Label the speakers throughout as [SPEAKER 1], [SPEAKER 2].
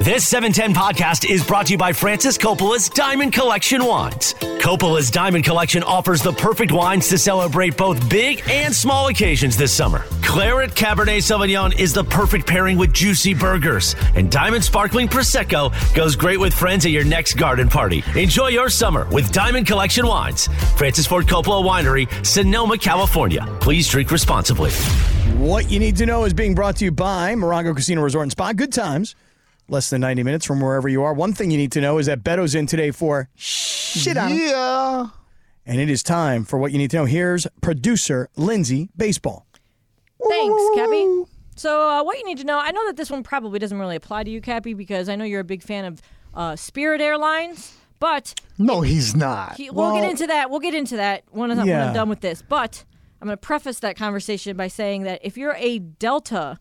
[SPEAKER 1] This 710 podcast is brought to you by Francis Coppola's Diamond Collection Wines. Coppola's Diamond Collection offers the perfect wines to celebrate both big and small occasions this summer. Claret Cabernet Sauvignon is the perfect pairing with juicy burgers, and Diamond Sparkling Prosecco goes great with friends at your next garden party. Enjoy your summer with Diamond Collection Wines. Francis Ford Coppola Winery, Sonoma, California. Please drink responsibly.
[SPEAKER 2] What you need to know is being brought to you by Morongo Casino Resort and Spa. Good times, less than 90 minutes from wherever you are. One thing you need to know is that Beto's in today for shit on him.
[SPEAKER 3] Yeah.
[SPEAKER 2] And it is time for what you need to know. Here's producer Lindsay Baseball.
[SPEAKER 4] Thanks, Cappy. So, uh, what you need to know, I know that this one probably doesn't really apply to you, Cappy, because I know you're a big fan of uh, Spirit Airlines. But
[SPEAKER 3] No, he's not.
[SPEAKER 4] he, we'll, get into that. We'll get into that when, I'm- when
[SPEAKER 2] Yeah.
[SPEAKER 4] I'm done with this. But I'm going to preface that conversation by saying that if you're a Delta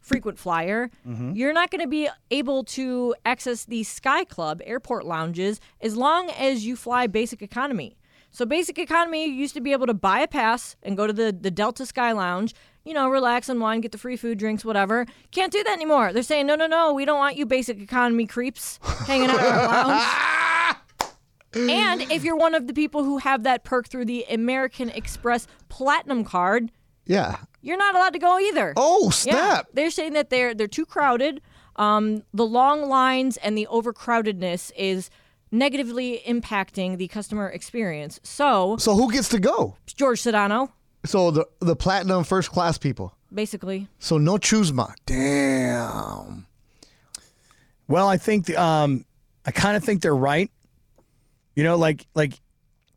[SPEAKER 4] frequent flyer, you're not going to be able to access the Sky Club airport lounges as long as you fly Basic Economy. So Basic Economy you used to be able to buy a pass and go to the, the Delta Sky Lounge, you know, relax, unwind, get the free food, drinks, whatever. Can't do that anymore. They're saying, no, no, no, we don't want you Basic Economy creeps hanging out at our lounge. And if you're one of the people who have that perk through the American Express Platinum card,
[SPEAKER 3] yeah.
[SPEAKER 4] you're not allowed to go either.
[SPEAKER 3] Oh,
[SPEAKER 4] yeah.
[SPEAKER 3] snap.
[SPEAKER 4] They're saying that they're they're too crowded. Um, the long lines and the overcrowdedness is negatively impacting the customer experience. So
[SPEAKER 3] So who gets to go?
[SPEAKER 4] George Sedano,
[SPEAKER 3] So the the platinum first class people.
[SPEAKER 4] basically,
[SPEAKER 3] So no choose my. Damn.
[SPEAKER 2] Well, I think um, I kind of think they're right. You know, like like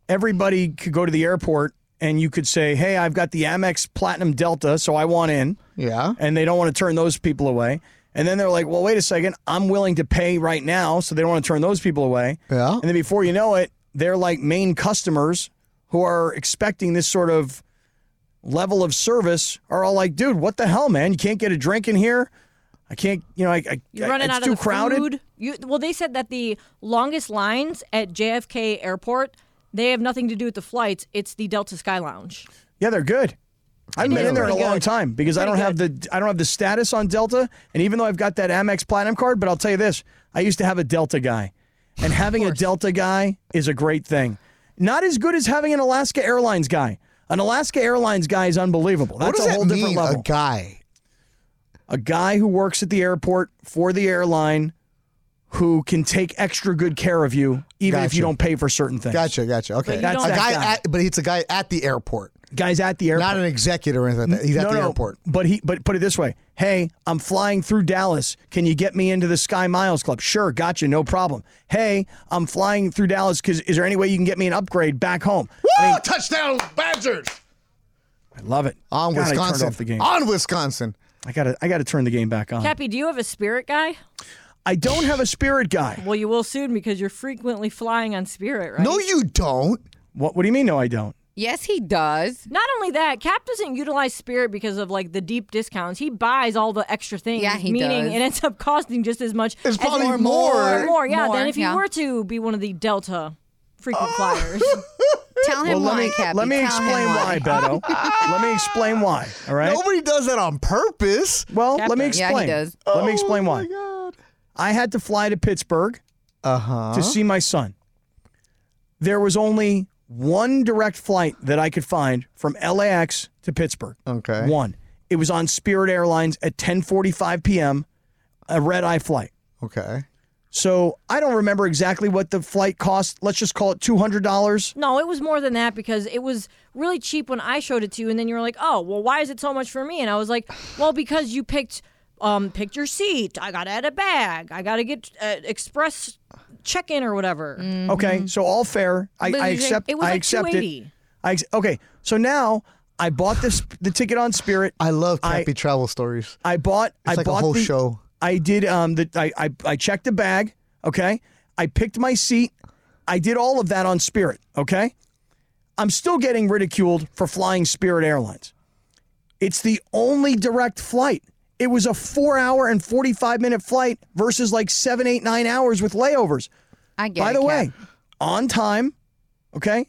[SPEAKER 2] everybody could go to the airport and you could say, "Hey, I've got the Amex Platinum Delta, so I want in."
[SPEAKER 3] Yeah.
[SPEAKER 2] and they don't want to turn those people away. And then they're like, well, wait a second, I'm willing to pay right now, so they don't want to turn those people away.
[SPEAKER 3] Yeah.
[SPEAKER 2] And then before you know it, they're like main customers who are expecting this sort of level of service are all like, dude, what the hell, man? You can't get a drink in here. I can't, you know, I, I
[SPEAKER 4] you're running
[SPEAKER 2] it's
[SPEAKER 4] out
[SPEAKER 2] too
[SPEAKER 4] of the
[SPEAKER 2] crowded.
[SPEAKER 4] food. You, well, they said that the longest lines at JFK Airport they have nothing to do with the flights. It's the Delta Sky Lounge.
[SPEAKER 2] Yeah, they're good. I haven't been in there in a
[SPEAKER 4] Pretty
[SPEAKER 2] long
[SPEAKER 4] good.
[SPEAKER 2] time because I don't
[SPEAKER 4] Pretty
[SPEAKER 2] have the I don't have the status on Delta. And even though I've got that Amex Platinum card, but I'll tell you this: I used to have a Delta guy, and having a Delta guy is a great thing. Not as good as having an Alaska Airlines guy. An Alaska Airlines guy is unbelievable.
[SPEAKER 3] What
[SPEAKER 2] That's
[SPEAKER 3] does
[SPEAKER 2] a whole
[SPEAKER 3] that
[SPEAKER 2] different
[SPEAKER 3] mean,
[SPEAKER 2] level.
[SPEAKER 3] A guy.
[SPEAKER 2] a guy who works at the airport for the airline who can take extra good care of you, even if you
[SPEAKER 3] Gotcha.
[SPEAKER 2] don't pay for certain things.
[SPEAKER 3] Gotcha. Gotcha. Okay.
[SPEAKER 2] That's
[SPEAKER 3] a
[SPEAKER 2] that
[SPEAKER 3] guy,
[SPEAKER 2] guy.
[SPEAKER 3] At, but it's a guy at the airport,
[SPEAKER 2] Guys at the airport.
[SPEAKER 3] not an executive or anything. Like that. He's at
[SPEAKER 2] no,
[SPEAKER 3] the
[SPEAKER 2] no,
[SPEAKER 3] airport.
[SPEAKER 2] But he but put it this way. Hey, I'm flying through Dallas. Can you get me into the Sky Miles Club? Sure, gotcha, no problem. Hey, I'm flying through Dallas cuz is there any way you can get me an upgrade back home?
[SPEAKER 3] Woo! Oh, touchdown, Badgers!
[SPEAKER 2] I love it.
[SPEAKER 3] On
[SPEAKER 2] God, I turned
[SPEAKER 3] Ah, Wisconsin.
[SPEAKER 2] off the game.
[SPEAKER 3] On Wisconsin.
[SPEAKER 2] I got to I got to turn the game back on.
[SPEAKER 4] Cappy, do you have a Spirit guy?
[SPEAKER 2] I don't have a spirit guy.
[SPEAKER 4] Well, you will soon because you're frequently flying on Spirit, right?
[SPEAKER 3] No, you don't.
[SPEAKER 2] What what do you mean no I don't?
[SPEAKER 5] Yes, he does.
[SPEAKER 4] Not only that, Cap doesn't utilize Spirit because of like the deep discounts. He buys all the extra things.
[SPEAKER 5] Yeah, he
[SPEAKER 4] meaning
[SPEAKER 5] does.
[SPEAKER 4] it ends up costing just as much.
[SPEAKER 3] It's
[SPEAKER 4] as-
[SPEAKER 3] probably
[SPEAKER 4] or
[SPEAKER 3] more.
[SPEAKER 4] Or more, yeah.
[SPEAKER 5] More,
[SPEAKER 4] than if
[SPEAKER 5] yeah.
[SPEAKER 4] you were to be one of the Delta
[SPEAKER 3] Ah.
[SPEAKER 4] frequent flyers.
[SPEAKER 5] Tell him
[SPEAKER 2] Eh, Well, let
[SPEAKER 5] why,
[SPEAKER 2] me
[SPEAKER 5] Cappy.
[SPEAKER 2] let me
[SPEAKER 5] Tell
[SPEAKER 2] explain
[SPEAKER 5] him
[SPEAKER 2] why, Beto. let me explain why, all right?
[SPEAKER 3] Nobody does that on purpose.
[SPEAKER 2] Well, let me
[SPEAKER 4] Captain.
[SPEAKER 5] Yeah, he
[SPEAKER 2] explain.
[SPEAKER 5] does.
[SPEAKER 2] Let me explain why.
[SPEAKER 3] Oh God.
[SPEAKER 2] I had to fly to Pittsburgh
[SPEAKER 3] Uh huh.
[SPEAKER 2] to see my son. There was only one direct flight that I could find from LAX to Pittsburgh.
[SPEAKER 3] Okay.
[SPEAKER 2] One. It was on Spirit Airlines at 10:45 p.m. a red-eye flight.
[SPEAKER 3] Okay.
[SPEAKER 2] So, I don't remember exactly what the flight cost. Let's just call it $200.
[SPEAKER 4] no, it was more than that because it was really cheap when I showed it to you, and then you were like, "Oh, well, why is it so much for me?" And I was like, "Well, because you picked." Um, picked your seat. I gotta add a bag. I gotta get uh, express check-in or whatever.
[SPEAKER 5] Mm-hmm.
[SPEAKER 2] Okay. So, all fair. I, I
[SPEAKER 4] Literally,
[SPEAKER 2] accept
[SPEAKER 4] Mm-hmm. it was
[SPEAKER 2] I
[SPEAKER 4] like
[SPEAKER 2] accept it.
[SPEAKER 4] 280.
[SPEAKER 2] I ex- okay. So now I bought this the ticket on Spirit.
[SPEAKER 3] I love
[SPEAKER 2] I-
[SPEAKER 3] Cappy travel stories.
[SPEAKER 2] I bought. I
[SPEAKER 3] like a
[SPEAKER 2] bought
[SPEAKER 3] whole
[SPEAKER 2] the,
[SPEAKER 3] show.
[SPEAKER 2] I did. Um, the I, I I checked the bag. Okay, I picked my seat. I did all of that on Spirit. Okay, I'm still getting ridiculed for flying Spirit Airlines. It's the only direct flight. It was a four hour and 45 minute flight versus like seven, eight, nine hours with layovers.
[SPEAKER 5] I get
[SPEAKER 2] By
[SPEAKER 5] it,
[SPEAKER 2] the
[SPEAKER 5] Cap.
[SPEAKER 2] way, on time, okay?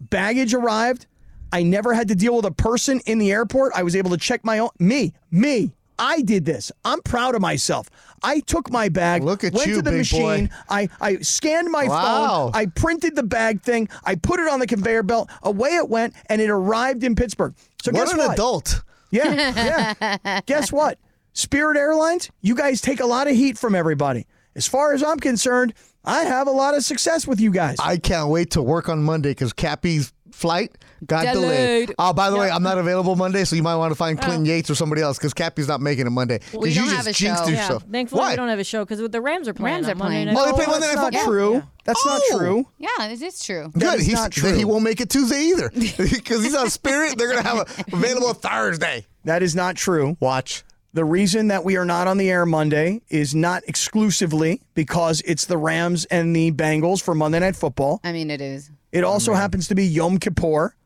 [SPEAKER 2] Baggage arrived. I never had to deal with a person in the airport. I was able to check my own. Me, me, I did this. I'm proud of myself. I took my bag,
[SPEAKER 3] Look at
[SPEAKER 2] went
[SPEAKER 3] you,
[SPEAKER 2] to the
[SPEAKER 3] big boy.
[SPEAKER 2] machine, I, I scanned my
[SPEAKER 3] Wow.
[SPEAKER 2] phone, I printed the bag thing, I put it on the conveyor belt, away it went, and it arrived in Pittsburgh. So
[SPEAKER 3] what
[SPEAKER 2] guess
[SPEAKER 3] an
[SPEAKER 2] what?
[SPEAKER 3] adult.
[SPEAKER 2] Yeah, yeah. Guess what? Spirit Airlines, you guys take a lot of heat from everybody. As far as I'm concerned, I have a lot of success with you guys.
[SPEAKER 3] I can't wait to work on Monday because Cappy's flight got delayed.
[SPEAKER 5] Delayed.
[SPEAKER 3] Oh, by the way, I'm not available Monday, so you might want to find Clinton Yates or somebody else because Cappy's not making it Monday. Because
[SPEAKER 5] we
[SPEAKER 3] you
[SPEAKER 5] don't
[SPEAKER 3] just
[SPEAKER 5] have a
[SPEAKER 3] jinxed
[SPEAKER 5] show.
[SPEAKER 4] Yeah,
[SPEAKER 3] yourself.
[SPEAKER 4] thankfully
[SPEAKER 3] Why?
[SPEAKER 4] we don't have a show because the Rams are playing.
[SPEAKER 5] Rams
[SPEAKER 4] on
[SPEAKER 5] are
[SPEAKER 4] Monday
[SPEAKER 5] playing.
[SPEAKER 4] Night
[SPEAKER 3] Oh, they play
[SPEAKER 4] Football.
[SPEAKER 3] Monday
[SPEAKER 2] That's
[SPEAKER 3] Night
[SPEAKER 2] not
[SPEAKER 3] Football?
[SPEAKER 2] true. That's not
[SPEAKER 3] Oh.
[SPEAKER 2] true.
[SPEAKER 5] Yeah, this is true.
[SPEAKER 3] Good.
[SPEAKER 2] is
[SPEAKER 3] He's
[SPEAKER 2] not
[SPEAKER 3] then he
[SPEAKER 2] true.
[SPEAKER 3] won't make it Tuesday either because he's on Spirit. They're gonna have a available Thursday.
[SPEAKER 2] That is not true.
[SPEAKER 3] Watch.
[SPEAKER 2] The reason that we are not on the air Monday is not exclusively because it's the Rams and the Bengals for Monday Night Football.
[SPEAKER 5] I mean, it is.
[SPEAKER 3] Oh,
[SPEAKER 2] It also happens to be Yom Kippur,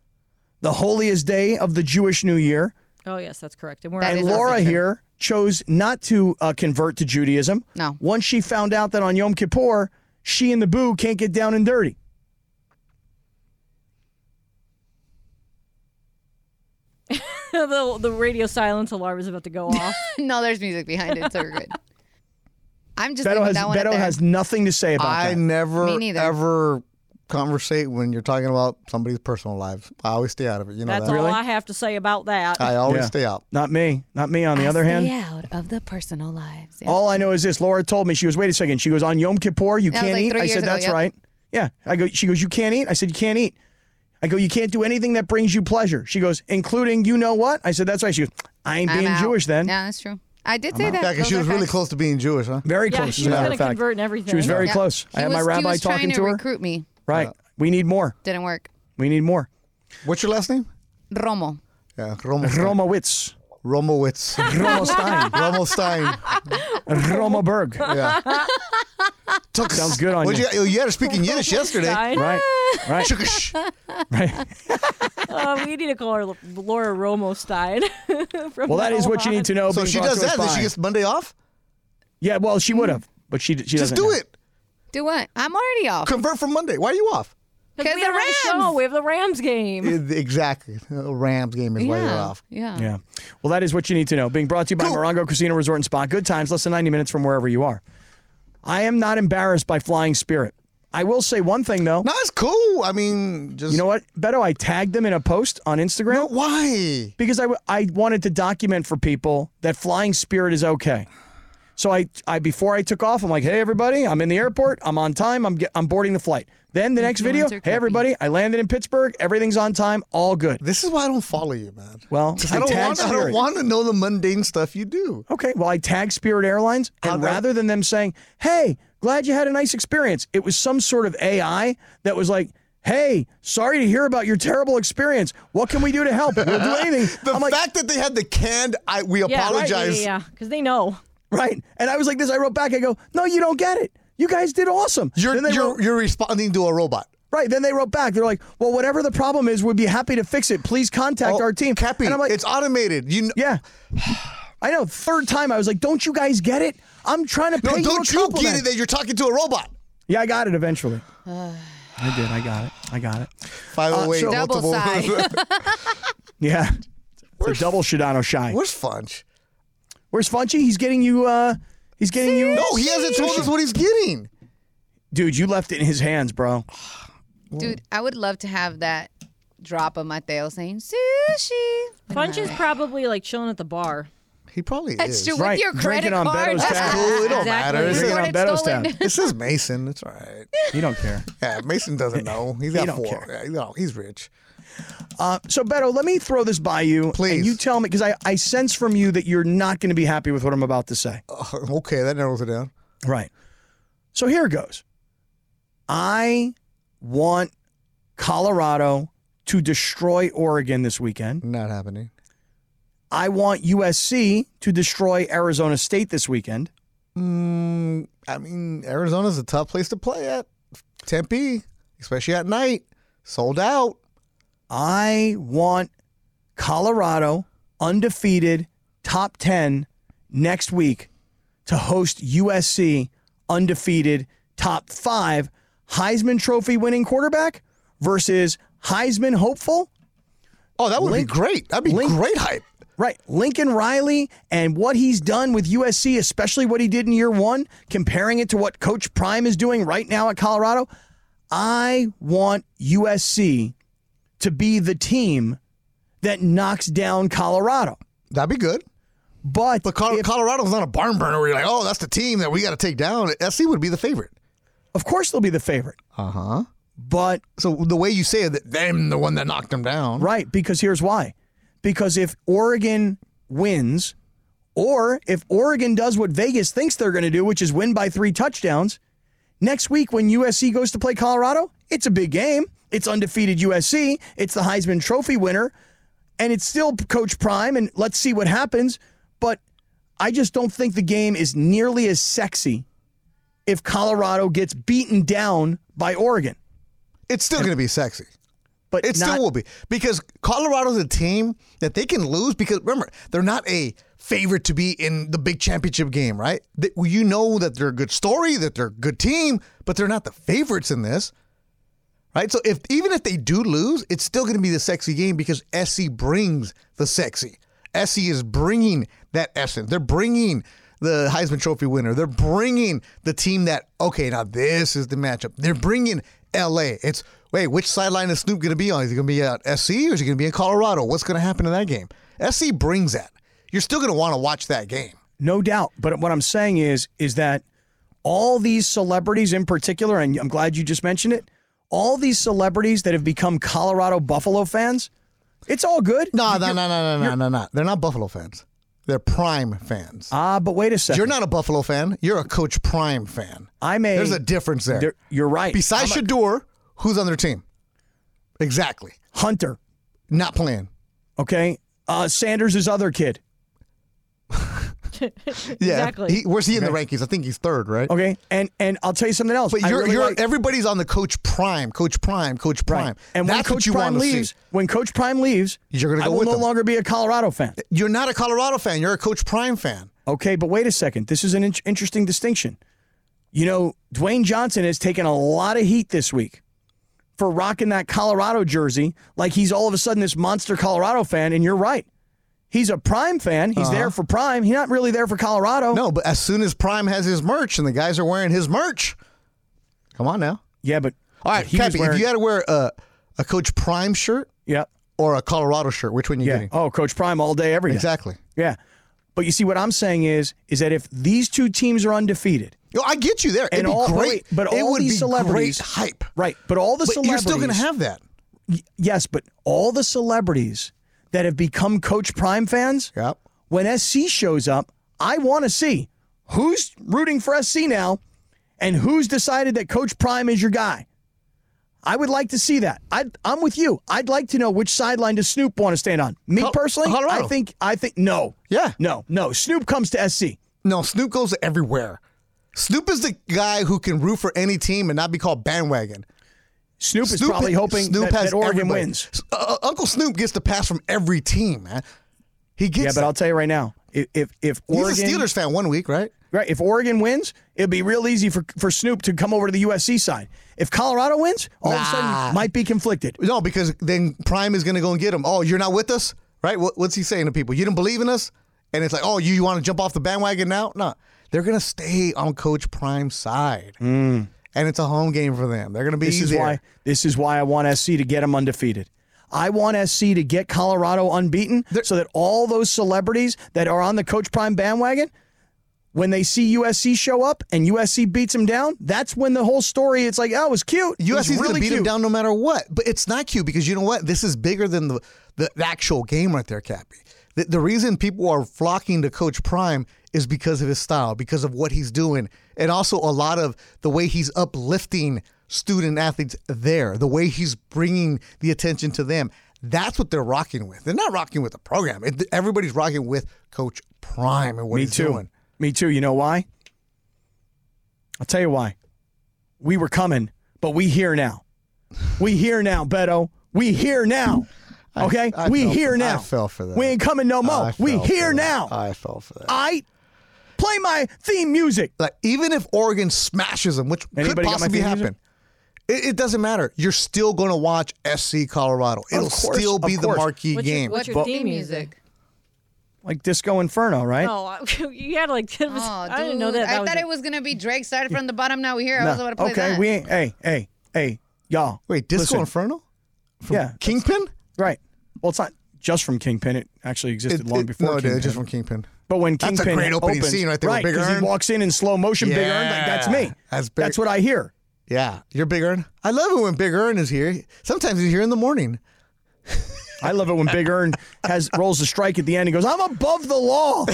[SPEAKER 2] the holiest day of the Jewish New Year.
[SPEAKER 4] Oh yes, that's correct. And we're
[SPEAKER 5] That
[SPEAKER 4] on-
[SPEAKER 2] and
[SPEAKER 5] is also
[SPEAKER 2] Laura
[SPEAKER 5] true.
[SPEAKER 2] here chose not to uh, convert to Judaism.
[SPEAKER 5] No.
[SPEAKER 2] Once she found out that on Yom Kippur, she and the boo can't get down and dirty.
[SPEAKER 4] the the radio silence alarm is about to go off.
[SPEAKER 2] Oh,
[SPEAKER 5] no, there's music behind it, so we're good. I'm just
[SPEAKER 2] Beto
[SPEAKER 5] leaving
[SPEAKER 2] has
[SPEAKER 5] that one up
[SPEAKER 2] Beto
[SPEAKER 5] there.
[SPEAKER 2] has nothing to say about
[SPEAKER 3] I
[SPEAKER 2] that.
[SPEAKER 5] Me
[SPEAKER 3] never
[SPEAKER 5] neither.
[SPEAKER 3] ever conversate when you're talking about somebody's personal lives. I always stay out of it. You know
[SPEAKER 4] That's
[SPEAKER 3] that.
[SPEAKER 4] all I have to say about that.
[SPEAKER 3] I always
[SPEAKER 2] Yeah.
[SPEAKER 3] stay out.
[SPEAKER 2] Not me. Not me. On the
[SPEAKER 5] I
[SPEAKER 2] other hand,
[SPEAKER 5] stay out of the personal lives. Yeah.
[SPEAKER 2] all I know is this. Laura told me she goes. Wait a second. She goes on Yom Kippur. You
[SPEAKER 5] That was
[SPEAKER 2] can't
[SPEAKER 5] like
[SPEAKER 2] eat.
[SPEAKER 5] three
[SPEAKER 2] I
[SPEAKER 5] years
[SPEAKER 2] said
[SPEAKER 5] ago,
[SPEAKER 2] that's
[SPEAKER 5] yep.
[SPEAKER 2] right. Yeah. I go. She goes. You can't eat. I said you can't eat. I go. You can't do anything that brings you pleasure. She goes, including you know what? I said that's right. She goes. I ain't
[SPEAKER 5] I'm
[SPEAKER 2] being
[SPEAKER 5] out.
[SPEAKER 2] Jewish then.
[SPEAKER 5] Yeah, that's true. I did say that.
[SPEAKER 3] Yeah, because she
[SPEAKER 5] Those
[SPEAKER 3] was
[SPEAKER 5] are
[SPEAKER 3] really
[SPEAKER 5] facts.
[SPEAKER 3] close to being Jewish, huh?
[SPEAKER 2] Very
[SPEAKER 4] Yeah,
[SPEAKER 2] close.
[SPEAKER 4] she
[SPEAKER 2] as a
[SPEAKER 4] was
[SPEAKER 2] matter
[SPEAKER 4] gonna
[SPEAKER 2] of fact.
[SPEAKER 4] convert and everything.
[SPEAKER 2] She was very
[SPEAKER 5] Yeah.
[SPEAKER 2] close.
[SPEAKER 5] He
[SPEAKER 2] I had my
[SPEAKER 5] was- he
[SPEAKER 2] rabbi
[SPEAKER 5] was
[SPEAKER 2] talking
[SPEAKER 5] trying
[SPEAKER 2] to,
[SPEAKER 5] to
[SPEAKER 2] her.
[SPEAKER 5] recruit me.
[SPEAKER 2] Right. Uh, We need more.
[SPEAKER 5] Didn't work.
[SPEAKER 2] We need more.
[SPEAKER 3] What's your last name?
[SPEAKER 5] Romo.
[SPEAKER 3] Yeah, Romo.
[SPEAKER 2] Romowitz.
[SPEAKER 3] Romowitz.
[SPEAKER 2] Romo Stein.
[SPEAKER 3] Romo Hmm, Stein.
[SPEAKER 2] Romo Berg.
[SPEAKER 3] Yeah. Took-
[SPEAKER 2] Sounds good on
[SPEAKER 3] What'd
[SPEAKER 2] you.
[SPEAKER 3] you. You had her speaking Yiddish yesterday.
[SPEAKER 4] Fine.
[SPEAKER 2] Right. Right.
[SPEAKER 3] Chukash.
[SPEAKER 2] Right.
[SPEAKER 4] Uh, we need to call her L- Laura Romostein. from
[SPEAKER 2] Well, that is
[SPEAKER 4] now
[SPEAKER 2] what you
[SPEAKER 4] on.
[SPEAKER 2] need to know.
[SPEAKER 3] So
[SPEAKER 2] being
[SPEAKER 3] she
[SPEAKER 2] brought
[SPEAKER 3] does
[SPEAKER 2] to us
[SPEAKER 3] that, then she
[SPEAKER 2] by-
[SPEAKER 3] gets Monday off?
[SPEAKER 2] yeah. Well, she would have, but she she
[SPEAKER 3] Just
[SPEAKER 2] doesn't.
[SPEAKER 3] do
[SPEAKER 2] now.
[SPEAKER 3] it.
[SPEAKER 5] Do what? I'm already off.
[SPEAKER 3] Convert from Monday. Why are you off?
[SPEAKER 4] Because we
[SPEAKER 5] the
[SPEAKER 4] have a show.
[SPEAKER 5] Rams.
[SPEAKER 4] We have the Rams game.
[SPEAKER 3] Exactly. Uh, Rams game is why you're
[SPEAKER 5] yeah.
[SPEAKER 3] off.
[SPEAKER 5] yeah.
[SPEAKER 2] Yeah. Well, that is what you need to know. Being brought to you by
[SPEAKER 3] Cool.
[SPEAKER 2] Morongo Casino Resort and Spa. Good times, less than 90 minutes from wherever you are. I am not embarrassed by Flying Spirit. I will say one thing though.
[SPEAKER 3] No, it's cool. I mean, just.
[SPEAKER 2] You know what, Beto? I tagged them in a post on Instagram
[SPEAKER 3] No, why?
[SPEAKER 2] because I, w- I wanted to document for people that flying spirit is okay. So I, I before I took off, I'm like, hey everybody, I'm in the airport, I'm on time, I'm get, I'm boarding the flight. Then the next video,
[SPEAKER 5] ones are
[SPEAKER 2] hey
[SPEAKER 5] creepy.
[SPEAKER 2] everybody, I landed in Pittsburgh, everything's on time, all good.
[SPEAKER 3] This is why I don't follow you, man.
[SPEAKER 2] Well,
[SPEAKER 3] I don't,
[SPEAKER 2] tag
[SPEAKER 3] want, I
[SPEAKER 2] Spirit.
[SPEAKER 3] don't want to know the mundane stuff you do.
[SPEAKER 2] Okay, well I tagged Spirit Airlines, and
[SPEAKER 3] How'd that-
[SPEAKER 2] rather than them saying, hey, glad you had a nice experience, it was some sort of AI that was like. Hey, sorry to hear about your terrible experience. What can we do to help? We'll do anything.
[SPEAKER 3] The
[SPEAKER 2] I'm like,
[SPEAKER 3] fact that they had the canned, I, we
[SPEAKER 4] Yeah,
[SPEAKER 3] apologize.
[SPEAKER 4] Right, yeah, yeah, because they know.
[SPEAKER 2] Right. And I was like this. I wrote back. I go, no, you don't get it. You guys did awesome. Then
[SPEAKER 3] You're,
[SPEAKER 2] they
[SPEAKER 3] you're,
[SPEAKER 2] wrote-
[SPEAKER 3] you're responding to a robot.
[SPEAKER 2] right. Then they wrote back. They're like, well, whatever the problem is, we'd be happy to fix it. Please contact
[SPEAKER 3] Oh,
[SPEAKER 2] our team.
[SPEAKER 3] Cappy,
[SPEAKER 2] and I'm like,
[SPEAKER 3] it's automated. You know,
[SPEAKER 2] yeah. I know. Third time, I was like, don't you guys get it? I'm trying to pay
[SPEAKER 3] no,
[SPEAKER 2] you
[SPEAKER 3] don't
[SPEAKER 2] a
[SPEAKER 3] you
[SPEAKER 2] compliment.
[SPEAKER 3] get it that you're talking to a robot?
[SPEAKER 2] Yeah, I got it eventually. I did. I got it. I got it.
[SPEAKER 3] By the way,
[SPEAKER 2] so-
[SPEAKER 5] Double
[SPEAKER 3] oh multiple-
[SPEAKER 5] side.
[SPEAKER 2] Yeah. It's a double Shadano shy.
[SPEAKER 3] Where's Funch?
[SPEAKER 2] Where's Funchy? He's getting you. uh He's getting you.
[SPEAKER 3] No, he hasn't told us what he's getting.
[SPEAKER 2] Dude, you left it in his hands, bro.
[SPEAKER 5] Dude, I would love to have that drop of Mateo saying sushi.
[SPEAKER 4] Funch is probably like chilling at the bar.
[SPEAKER 3] He probably
[SPEAKER 5] That's
[SPEAKER 3] is.
[SPEAKER 5] true.
[SPEAKER 2] Right,
[SPEAKER 5] With your
[SPEAKER 2] drinking
[SPEAKER 5] credit
[SPEAKER 2] on
[SPEAKER 5] card.
[SPEAKER 2] Beto's tab.
[SPEAKER 3] Cool, it don't
[SPEAKER 4] Exactly.
[SPEAKER 3] matter.
[SPEAKER 5] You
[SPEAKER 3] It's
[SPEAKER 2] Drinking
[SPEAKER 5] got
[SPEAKER 2] on
[SPEAKER 5] it
[SPEAKER 2] Beto's
[SPEAKER 5] stolen.
[SPEAKER 2] tab.
[SPEAKER 3] This is Mason. It's all right.
[SPEAKER 2] You don't care.
[SPEAKER 3] Yeah, Mason doesn't know. He's got
[SPEAKER 2] don't
[SPEAKER 3] four.
[SPEAKER 2] care.
[SPEAKER 3] Yeah, no, he's rich.
[SPEAKER 2] So Beto, let me throw this by you,
[SPEAKER 3] Please.
[SPEAKER 2] And you tell me because I, I sense from you that you're not going to be happy with what I'm about to say.
[SPEAKER 3] Uh, okay, that narrows it down.
[SPEAKER 2] Right. So here goes. I want Colorado to destroy Oregon this weekend.
[SPEAKER 3] Not happening.
[SPEAKER 2] I want USC to destroy Arizona State this weekend.
[SPEAKER 3] Mm, I mean, Arizona's a tough place to play at. Tempe, especially at night, sold out.
[SPEAKER 2] I want Colorado undefeated top 10 next week to host USC undefeated top 5 Heisman trophy winning quarterback versus Heisman hopeful
[SPEAKER 3] Oh, that would
[SPEAKER 2] Link-
[SPEAKER 3] be great. That'd be
[SPEAKER 2] Link-
[SPEAKER 3] great hype.
[SPEAKER 2] Right. Lincoln Riley and what he's done with USC, especially what he did in year one, comparing it to what Coach Prime is doing right now at Colorado. I want USC to be the team that knocks down Colorado.
[SPEAKER 3] That'd be good.
[SPEAKER 2] But,
[SPEAKER 3] But Col-
[SPEAKER 2] if-
[SPEAKER 3] Colorado's not a barn burner where you're like, oh, that's the team that we got to take down. SC would be the favorite.
[SPEAKER 2] of course they'll be the favorite. Uh huh. But
[SPEAKER 3] So the way you say it, that them the one that knocked them down.
[SPEAKER 2] Right, because here's why. Because if Oregon wins, or if Oregon does what Vegas thinks they're going to do, which is win by three touchdowns, next week when USC goes to play Colorado, it's a big game. It's undefeated USC, it's the Heisman Trophy winner, and it's still Coach Prime, and let's see what happens. But I just don't think the game is nearly as sexy if Colorado gets beaten down by Oregon.
[SPEAKER 3] It's still going to be sexy.
[SPEAKER 2] But
[SPEAKER 3] It
[SPEAKER 2] not-
[SPEAKER 3] still will be because Colorado's a team that they can lose because remember they're not a favorite to be in the big championship game, right? That well, you know that they're a good story, that they're a good team, but they're not the favorites in this, right? So if even if they do lose, it's still going to be the sexy game because SC brings the sexy. SC is bringing that essence. They're bringing the Heisman Trophy winner. They're bringing the team that okay, now this is the matchup. They're bringing LA. It's wait, which sideline is Snoop going to be on? Is he going to be at SC or is he going to be in Colorado? What's going to happen in that game? SC brings that. You're still going to want to watch that game.
[SPEAKER 2] No doubt. But what I'm saying is, is that all these celebrities in particular, and I'm glad you just mentioned it, all these celebrities that have become Colorado Buffalo fans, it's all good.
[SPEAKER 3] No, no, no, no, no, no, no, no. They're not Buffalo fans. They're Prime fans.
[SPEAKER 2] Ah, but wait a 2nd
[SPEAKER 3] You're not a Buffalo fan. You're a Coach Prime fan.
[SPEAKER 2] I'm a.
[SPEAKER 3] There's a difference there.
[SPEAKER 2] there- You're right.
[SPEAKER 3] Besides
[SPEAKER 2] I'm a-
[SPEAKER 3] Shador, who's on their team? Exactly.
[SPEAKER 2] Hunter,
[SPEAKER 3] Not playing.
[SPEAKER 2] okay. Uh, Sanders' his other kid,
[SPEAKER 3] Yeah.
[SPEAKER 4] Exactly.
[SPEAKER 3] He, where's he in the rankings? I think he's third, right?
[SPEAKER 2] okay. And and I'll tell you something else.
[SPEAKER 3] But
[SPEAKER 2] I
[SPEAKER 3] you're,
[SPEAKER 2] really
[SPEAKER 3] you're
[SPEAKER 2] like-
[SPEAKER 3] everybody's on the Coach Prime, Coach Prime, Coach
[SPEAKER 2] Right.
[SPEAKER 3] Prime.
[SPEAKER 2] And when
[SPEAKER 3] That's
[SPEAKER 2] Coach
[SPEAKER 3] what you
[SPEAKER 2] Prime
[SPEAKER 3] want to
[SPEAKER 2] leaves,
[SPEAKER 3] see.
[SPEAKER 2] when Coach Prime leaves,
[SPEAKER 3] You're gonna
[SPEAKER 2] I
[SPEAKER 3] go
[SPEAKER 2] will
[SPEAKER 3] with
[SPEAKER 2] no
[SPEAKER 3] him.
[SPEAKER 2] longer be a Colorado fan.
[SPEAKER 3] You're not a Colorado fan. You're a Coach Prime fan.
[SPEAKER 2] Okay, but wait a second. This is an in- interesting distinction. You know, Dwayne Johnson has taken a lot of heat this week for rocking that Colorado jersey like he's all of a sudden this monster Colorado fan. And you're right. He's a Prime fan. He's there for Prime. He's not really there for Colorado.
[SPEAKER 3] Uh-huh. No, but as soon as Prime has his merch and the guys are wearing his merch, come on now.
[SPEAKER 2] Yeah, but.
[SPEAKER 3] All right,
[SPEAKER 2] but he was
[SPEAKER 3] Cappy, if
[SPEAKER 2] wearing-
[SPEAKER 3] you had to wear a, a Coach Prime shirt
[SPEAKER 2] Yeah.
[SPEAKER 3] or a Colorado shirt, which one you
[SPEAKER 2] Yeah.
[SPEAKER 3] getting?
[SPEAKER 2] Oh, Coach Prime all day, every day.
[SPEAKER 3] Exactly.
[SPEAKER 2] Yeah. But you see, what I'm saying is, is that if these two teams are undefeated,
[SPEAKER 3] Yo, I get you there. It'd
[SPEAKER 2] And
[SPEAKER 3] be
[SPEAKER 2] all- but
[SPEAKER 3] great,
[SPEAKER 2] wait, but
[SPEAKER 3] it
[SPEAKER 2] all
[SPEAKER 3] would
[SPEAKER 2] these
[SPEAKER 3] be
[SPEAKER 2] celebrities-
[SPEAKER 3] great hype,
[SPEAKER 2] right? But all the
[SPEAKER 3] But
[SPEAKER 2] celebrities
[SPEAKER 3] you're still gonna have that.
[SPEAKER 2] Yes, but all the celebrities that have become Coach Prime fans,
[SPEAKER 3] Yep.
[SPEAKER 2] when SC shows up, I want to see who's rooting for SC now and who's decided that Coach Prime is your guy. I would like to see that. I, I'm with you. I'd like to know which sideline does Snoop want to stand on. Me
[SPEAKER 3] Col-
[SPEAKER 2] personally,
[SPEAKER 3] Colorado.
[SPEAKER 2] I think I think no.
[SPEAKER 3] Yeah.
[SPEAKER 2] no, no. Snoop comes to SC.
[SPEAKER 3] No, Snoop goes everywhere. Snoop is the guy who can root for any team and not be called bandwagon.
[SPEAKER 2] Snoop, is probably hoping that, that Oregon
[SPEAKER 3] everybody.
[SPEAKER 2] wins.
[SPEAKER 3] S- uh, uh, Uncle Snoop gets the pass from every team, man. He
[SPEAKER 2] Yeah,
[SPEAKER 3] gets.
[SPEAKER 2] but
[SPEAKER 3] that.
[SPEAKER 2] I'll tell you right now, if if, if Oregon
[SPEAKER 3] he's a Steelers fan one week, right?
[SPEAKER 2] Right. If Oregon wins, it'd be real easy for, for Snoop to come over to the USC side. If Colorado wins, all of a
[SPEAKER 3] Nah.
[SPEAKER 2] sudden might be conflicted.
[SPEAKER 3] No, because then Prime is going to go and get him. Oh, you're not with us, right? What, what's he saying to people? You didn't believe in us, and it's like, oh, you, you want to jump off the bandwagon now? No, they're going to stay on Coach Prime's side, and it's a home game for them. They're going to be
[SPEAKER 2] Mm. This is
[SPEAKER 3] there.
[SPEAKER 2] why this is why I want SC to get them undefeated. I want SC to get Colorado unbeaten so that all those celebrities that are on the Coach Prime bandwagon, when they see USC show up and USC beats them down, that's when the whole story it's like, oh, it was cute. It was
[SPEAKER 3] USC's going
[SPEAKER 2] really
[SPEAKER 3] to beat him
[SPEAKER 2] cute.
[SPEAKER 3] down no matter what. But it's not cute because you know what? This is bigger than the, the, the actual game right there, Cappy. The, the reason people are flocking to Coach Prime is because of his style, because of what he's doing, and also a lot of the way he's uplifting student athletes there, the way he's bringing the attention to them. That's what they're rocking with. They're not rocking with the program. It, everybody's rocking with Coach Prime and what
[SPEAKER 2] Me
[SPEAKER 3] he's
[SPEAKER 2] too.
[SPEAKER 3] doing.
[SPEAKER 2] Me too. You know why? I'll tell you why. We were coming, but we here now. We here now, Beto. We here now. Okay?
[SPEAKER 3] I
[SPEAKER 2] we
[SPEAKER 3] fell
[SPEAKER 2] here
[SPEAKER 3] for-
[SPEAKER 2] now.
[SPEAKER 3] I fell for that.
[SPEAKER 2] We ain't coming no more.
[SPEAKER 3] I
[SPEAKER 2] we
[SPEAKER 3] fell for
[SPEAKER 2] here
[SPEAKER 3] that.
[SPEAKER 2] now. I,
[SPEAKER 3] I fell for that.
[SPEAKER 2] play my theme music.
[SPEAKER 3] like even if Oregon smashes them, which
[SPEAKER 2] Anybody
[SPEAKER 3] could
[SPEAKER 2] got my
[SPEAKER 3] possibly
[SPEAKER 2] theme music?
[SPEAKER 3] happen, it, it doesn't matter. You're still going to watch SC Colorado. It'll
[SPEAKER 2] course,
[SPEAKER 3] still
[SPEAKER 2] of
[SPEAKER 3] be the
[SPEAKER 2] course.
[SPEAKER 3] marquee
[SPEAKER 4] What's your-
[SPEAKER 3] game.
[SPEAKER 4] what's
[SPEAKER 5] What's your
[SPEAKER 4] But-
[SPEAKER 5] theme music?
[SPEAKER 2] like Disco Inferno, right?
[SPEAKER 4] No, I- you had like it was,
[SPEAKER 5] Oh, dude.
[SPEAKER 4] I didn't know that. that
[SPEAKER 5] I
[SPEAKER 4] was
[SPEAKER 5] thought
[SPEAKER 4] a-
[SPEAKER 5] it was gonna be Drake started from the bottom. Now we here. I was about to play
[SPEAKER 2] okay,
[SPEAKER 5] that.
[SPEAKER 2] we ain't. Hey, hey, hey, y'all.
[SPEAKER 3] Wait, Disco
[SPEAKER 2] Listen.
[SPEAKER 3] Inferno? From
[SPEAKER 2] Yeah,
[SPEAKER 3] Kingpin?
[SPEAKER 2] right. Well, it's not just from Kingpin. It actually existed long before.
[SPEAKER 3] no, it
[SPEAKER 2] Kingpin.
[SPEAKER 3] is just from Kingpin.
[SPEAKER 2] But when
[SPEAKER 3] That's a
[SPEAKER 2] Kingpin
[SPEAKER 3] great opening
[SPEAKER 2] opens-
[SPEAKER 3] scene right there with
[SPEAKER 2] right?
[SPEAKER 3] Big
[SPEAKER 2] 'cause he
[SPEAKER 3] Earn.
[SPEAKER 2] walks in in slow motion, Big Earn, like that's me.
[SPEAKER 3] Yeah, that's Big-
[SPEAKER 2] That's what I hear.
[SPEAKER 3] Yeah, you're Big Earn. I love it when Big Earn is here. Sometimes he's here in the morning.
[SPEAKER 2] I love it when Big Earn has rolls a strike at the end and goes, "I'm above the law."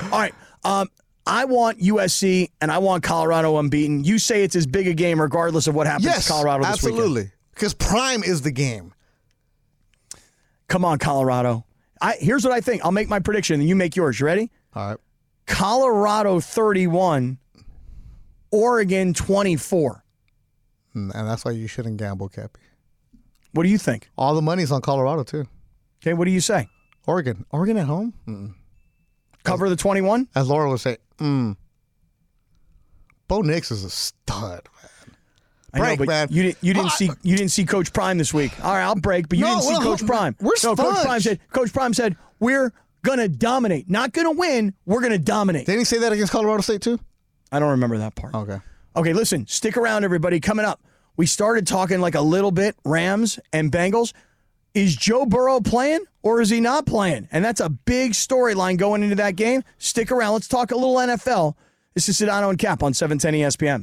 [SPEAKER 2] All right, um, I want USC and I want Colorado unbeaten. You say it's as big a game regardless of what happens
[SPEAKER 3] Yes,
[SPEAKER 2] to Colorado this weekend.
[SPEAKER 3] absolutely. Because Prime is the game.
[SPEAKER 2] Come on, Colorado. I, here's what I think. I'll make my prediction, and you make yours. You ready?
[SPEAKER 3] All right.
[SPEAKER 2] Colorado 31, Oregon 24.
[SPEAKER 3] And that's why you shouldn't gamble, Cappy.
[SPEAKER 2] What do you think?
[SPEAKER 3] All the money's on Colorado, too.
[SPEAKER 2] Okay, what do you say?
[SPEAKER 3] Oregon. Oregon at home?
[SPEAKER 2] Cover the 21?
[SPEAKER 3] As Laura would say, mm. Bo Nix is a stud.
[SPEAKER 2] I know,
[SPEAKER 3] Break,
[SPEAKER 2] but
[SPEAKER 3] man.
[SPEAKER 2] You didn't. You didn't
[SPEAKER 3] I-
[SPEAKER 2] see. You didn't see Coach Prime this week. All right, I'll break. But you
[SPEAKER 3] No,
[SPEAKER 2] didn't see
[SPEAKER 3] well,
[SPEAKER 2] Coach
[SPEAKER 3] who-
[SPEAKER 2] Prime.
[SPEAKER 3] we're
[SPEAKER 2] no, Coach Prime
[SPEAKER 3] sponge.
[SPEAKER 2] said. Coach Prime said we're gonna dominate. Not gonna win. We're gonna dominate.
[SPEAKER 3] Didn't he say that against Colorado State, too?
[SPEAKER 2] I don't remember that part.
[SPEAKER 3] Okay.
[SPEAKER 2] Okay, listen, stick around, everybody. Coming up, we started talking like a little bit Rams and Bengals. Is Joe Burrow playing or is he not playing? And that's a big storyline going into that game. Stick around. Let's talk a little NFL. This is Sedano and Cap on E 710 ESPN.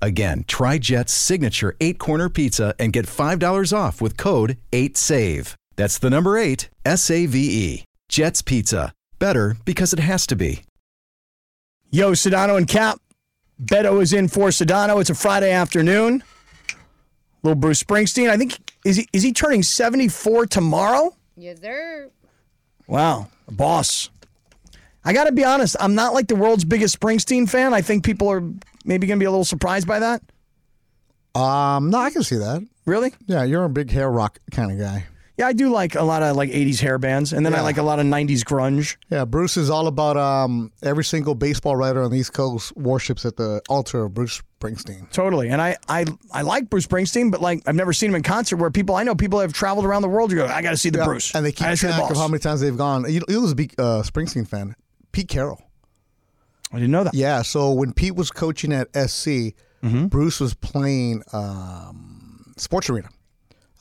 [SPEAKER 6] Again, try Jet's signature eight corner pizza and get $5 off with code 8SAVE. That's the number eight, S A V E. Jet's Pizza. Better because it has to be.
[SPEAKER 2] Yo, Sedano and Cap. Beto is in for Sedano. It's a Friday afternoon. Little Bruce Springsteen. I think is he is he turning 74 tomorrow?
[SPEAKER 5] yes, sir.
[SPEAKER 2] Wow, a boss. I got to be honest, I'm not like the world's biggest Springsteen fan. I think people are maybe going to be a little surprised by that.
[SPEAKER 3] Um, no, I can see that.
[SPEAKER 2] Really?
[SPEAKER 3] Yeah, you're a big hair rock kind of guy.
[SPEAKER 2] Yeah, I do like a lot of like 80s hair bands and then I
[SPEAKER 3] Yeah.
[SPEAKER 2] like a lot of 90s grunge.
[SPEAKER 3] Yeah, Bruce is all about um, every single baseball writer on the East Coast worships at the altar of Bruce Springsteen.
[SPEAKER 2] Totally. And I I I like Bruce Springsteen, but like I've never seen him in concert where people I know people have traveled around the world to go, I got to see the
[SPEAKER 3] Yeah,
[SPEAKER 2] Bruce.
[SPEAKER 3] And they keep
[SPEAKER 2] I gotta see the
[SPEAKER 3] track of
[SPEAKER 2] boss."
[SPEAKER 3] how many times they've gone. You know, he was a big uh, Springsteen fan. Pete Carroll.
[SPEAKER 2] I didn't know that.
[SPEAKER 3] Yeah, so when Pete was coaching at SC, Bruce was playing um, Sports Arena.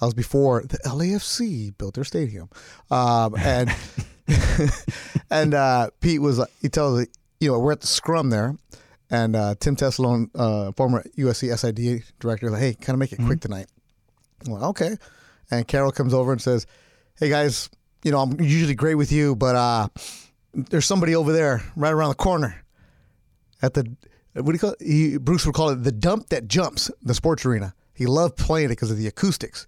[SPEAKER 3] That was before the LAFC built their stadium, um, and and uh, Pete was like, he tells you know we're at the scrum there, and uh, Tim Tessalone, uh, former USC SID director, is like hey, kind of make it quick tonight. I'm like, okay, and Carol comes over and says, hey guys, you know I'm usually great with you, but uh, there's somebody over there right around the corner at the what do you call it? He, Bruce would call it the dump that jumps the sports arena. He loved playing it because of the acoustics,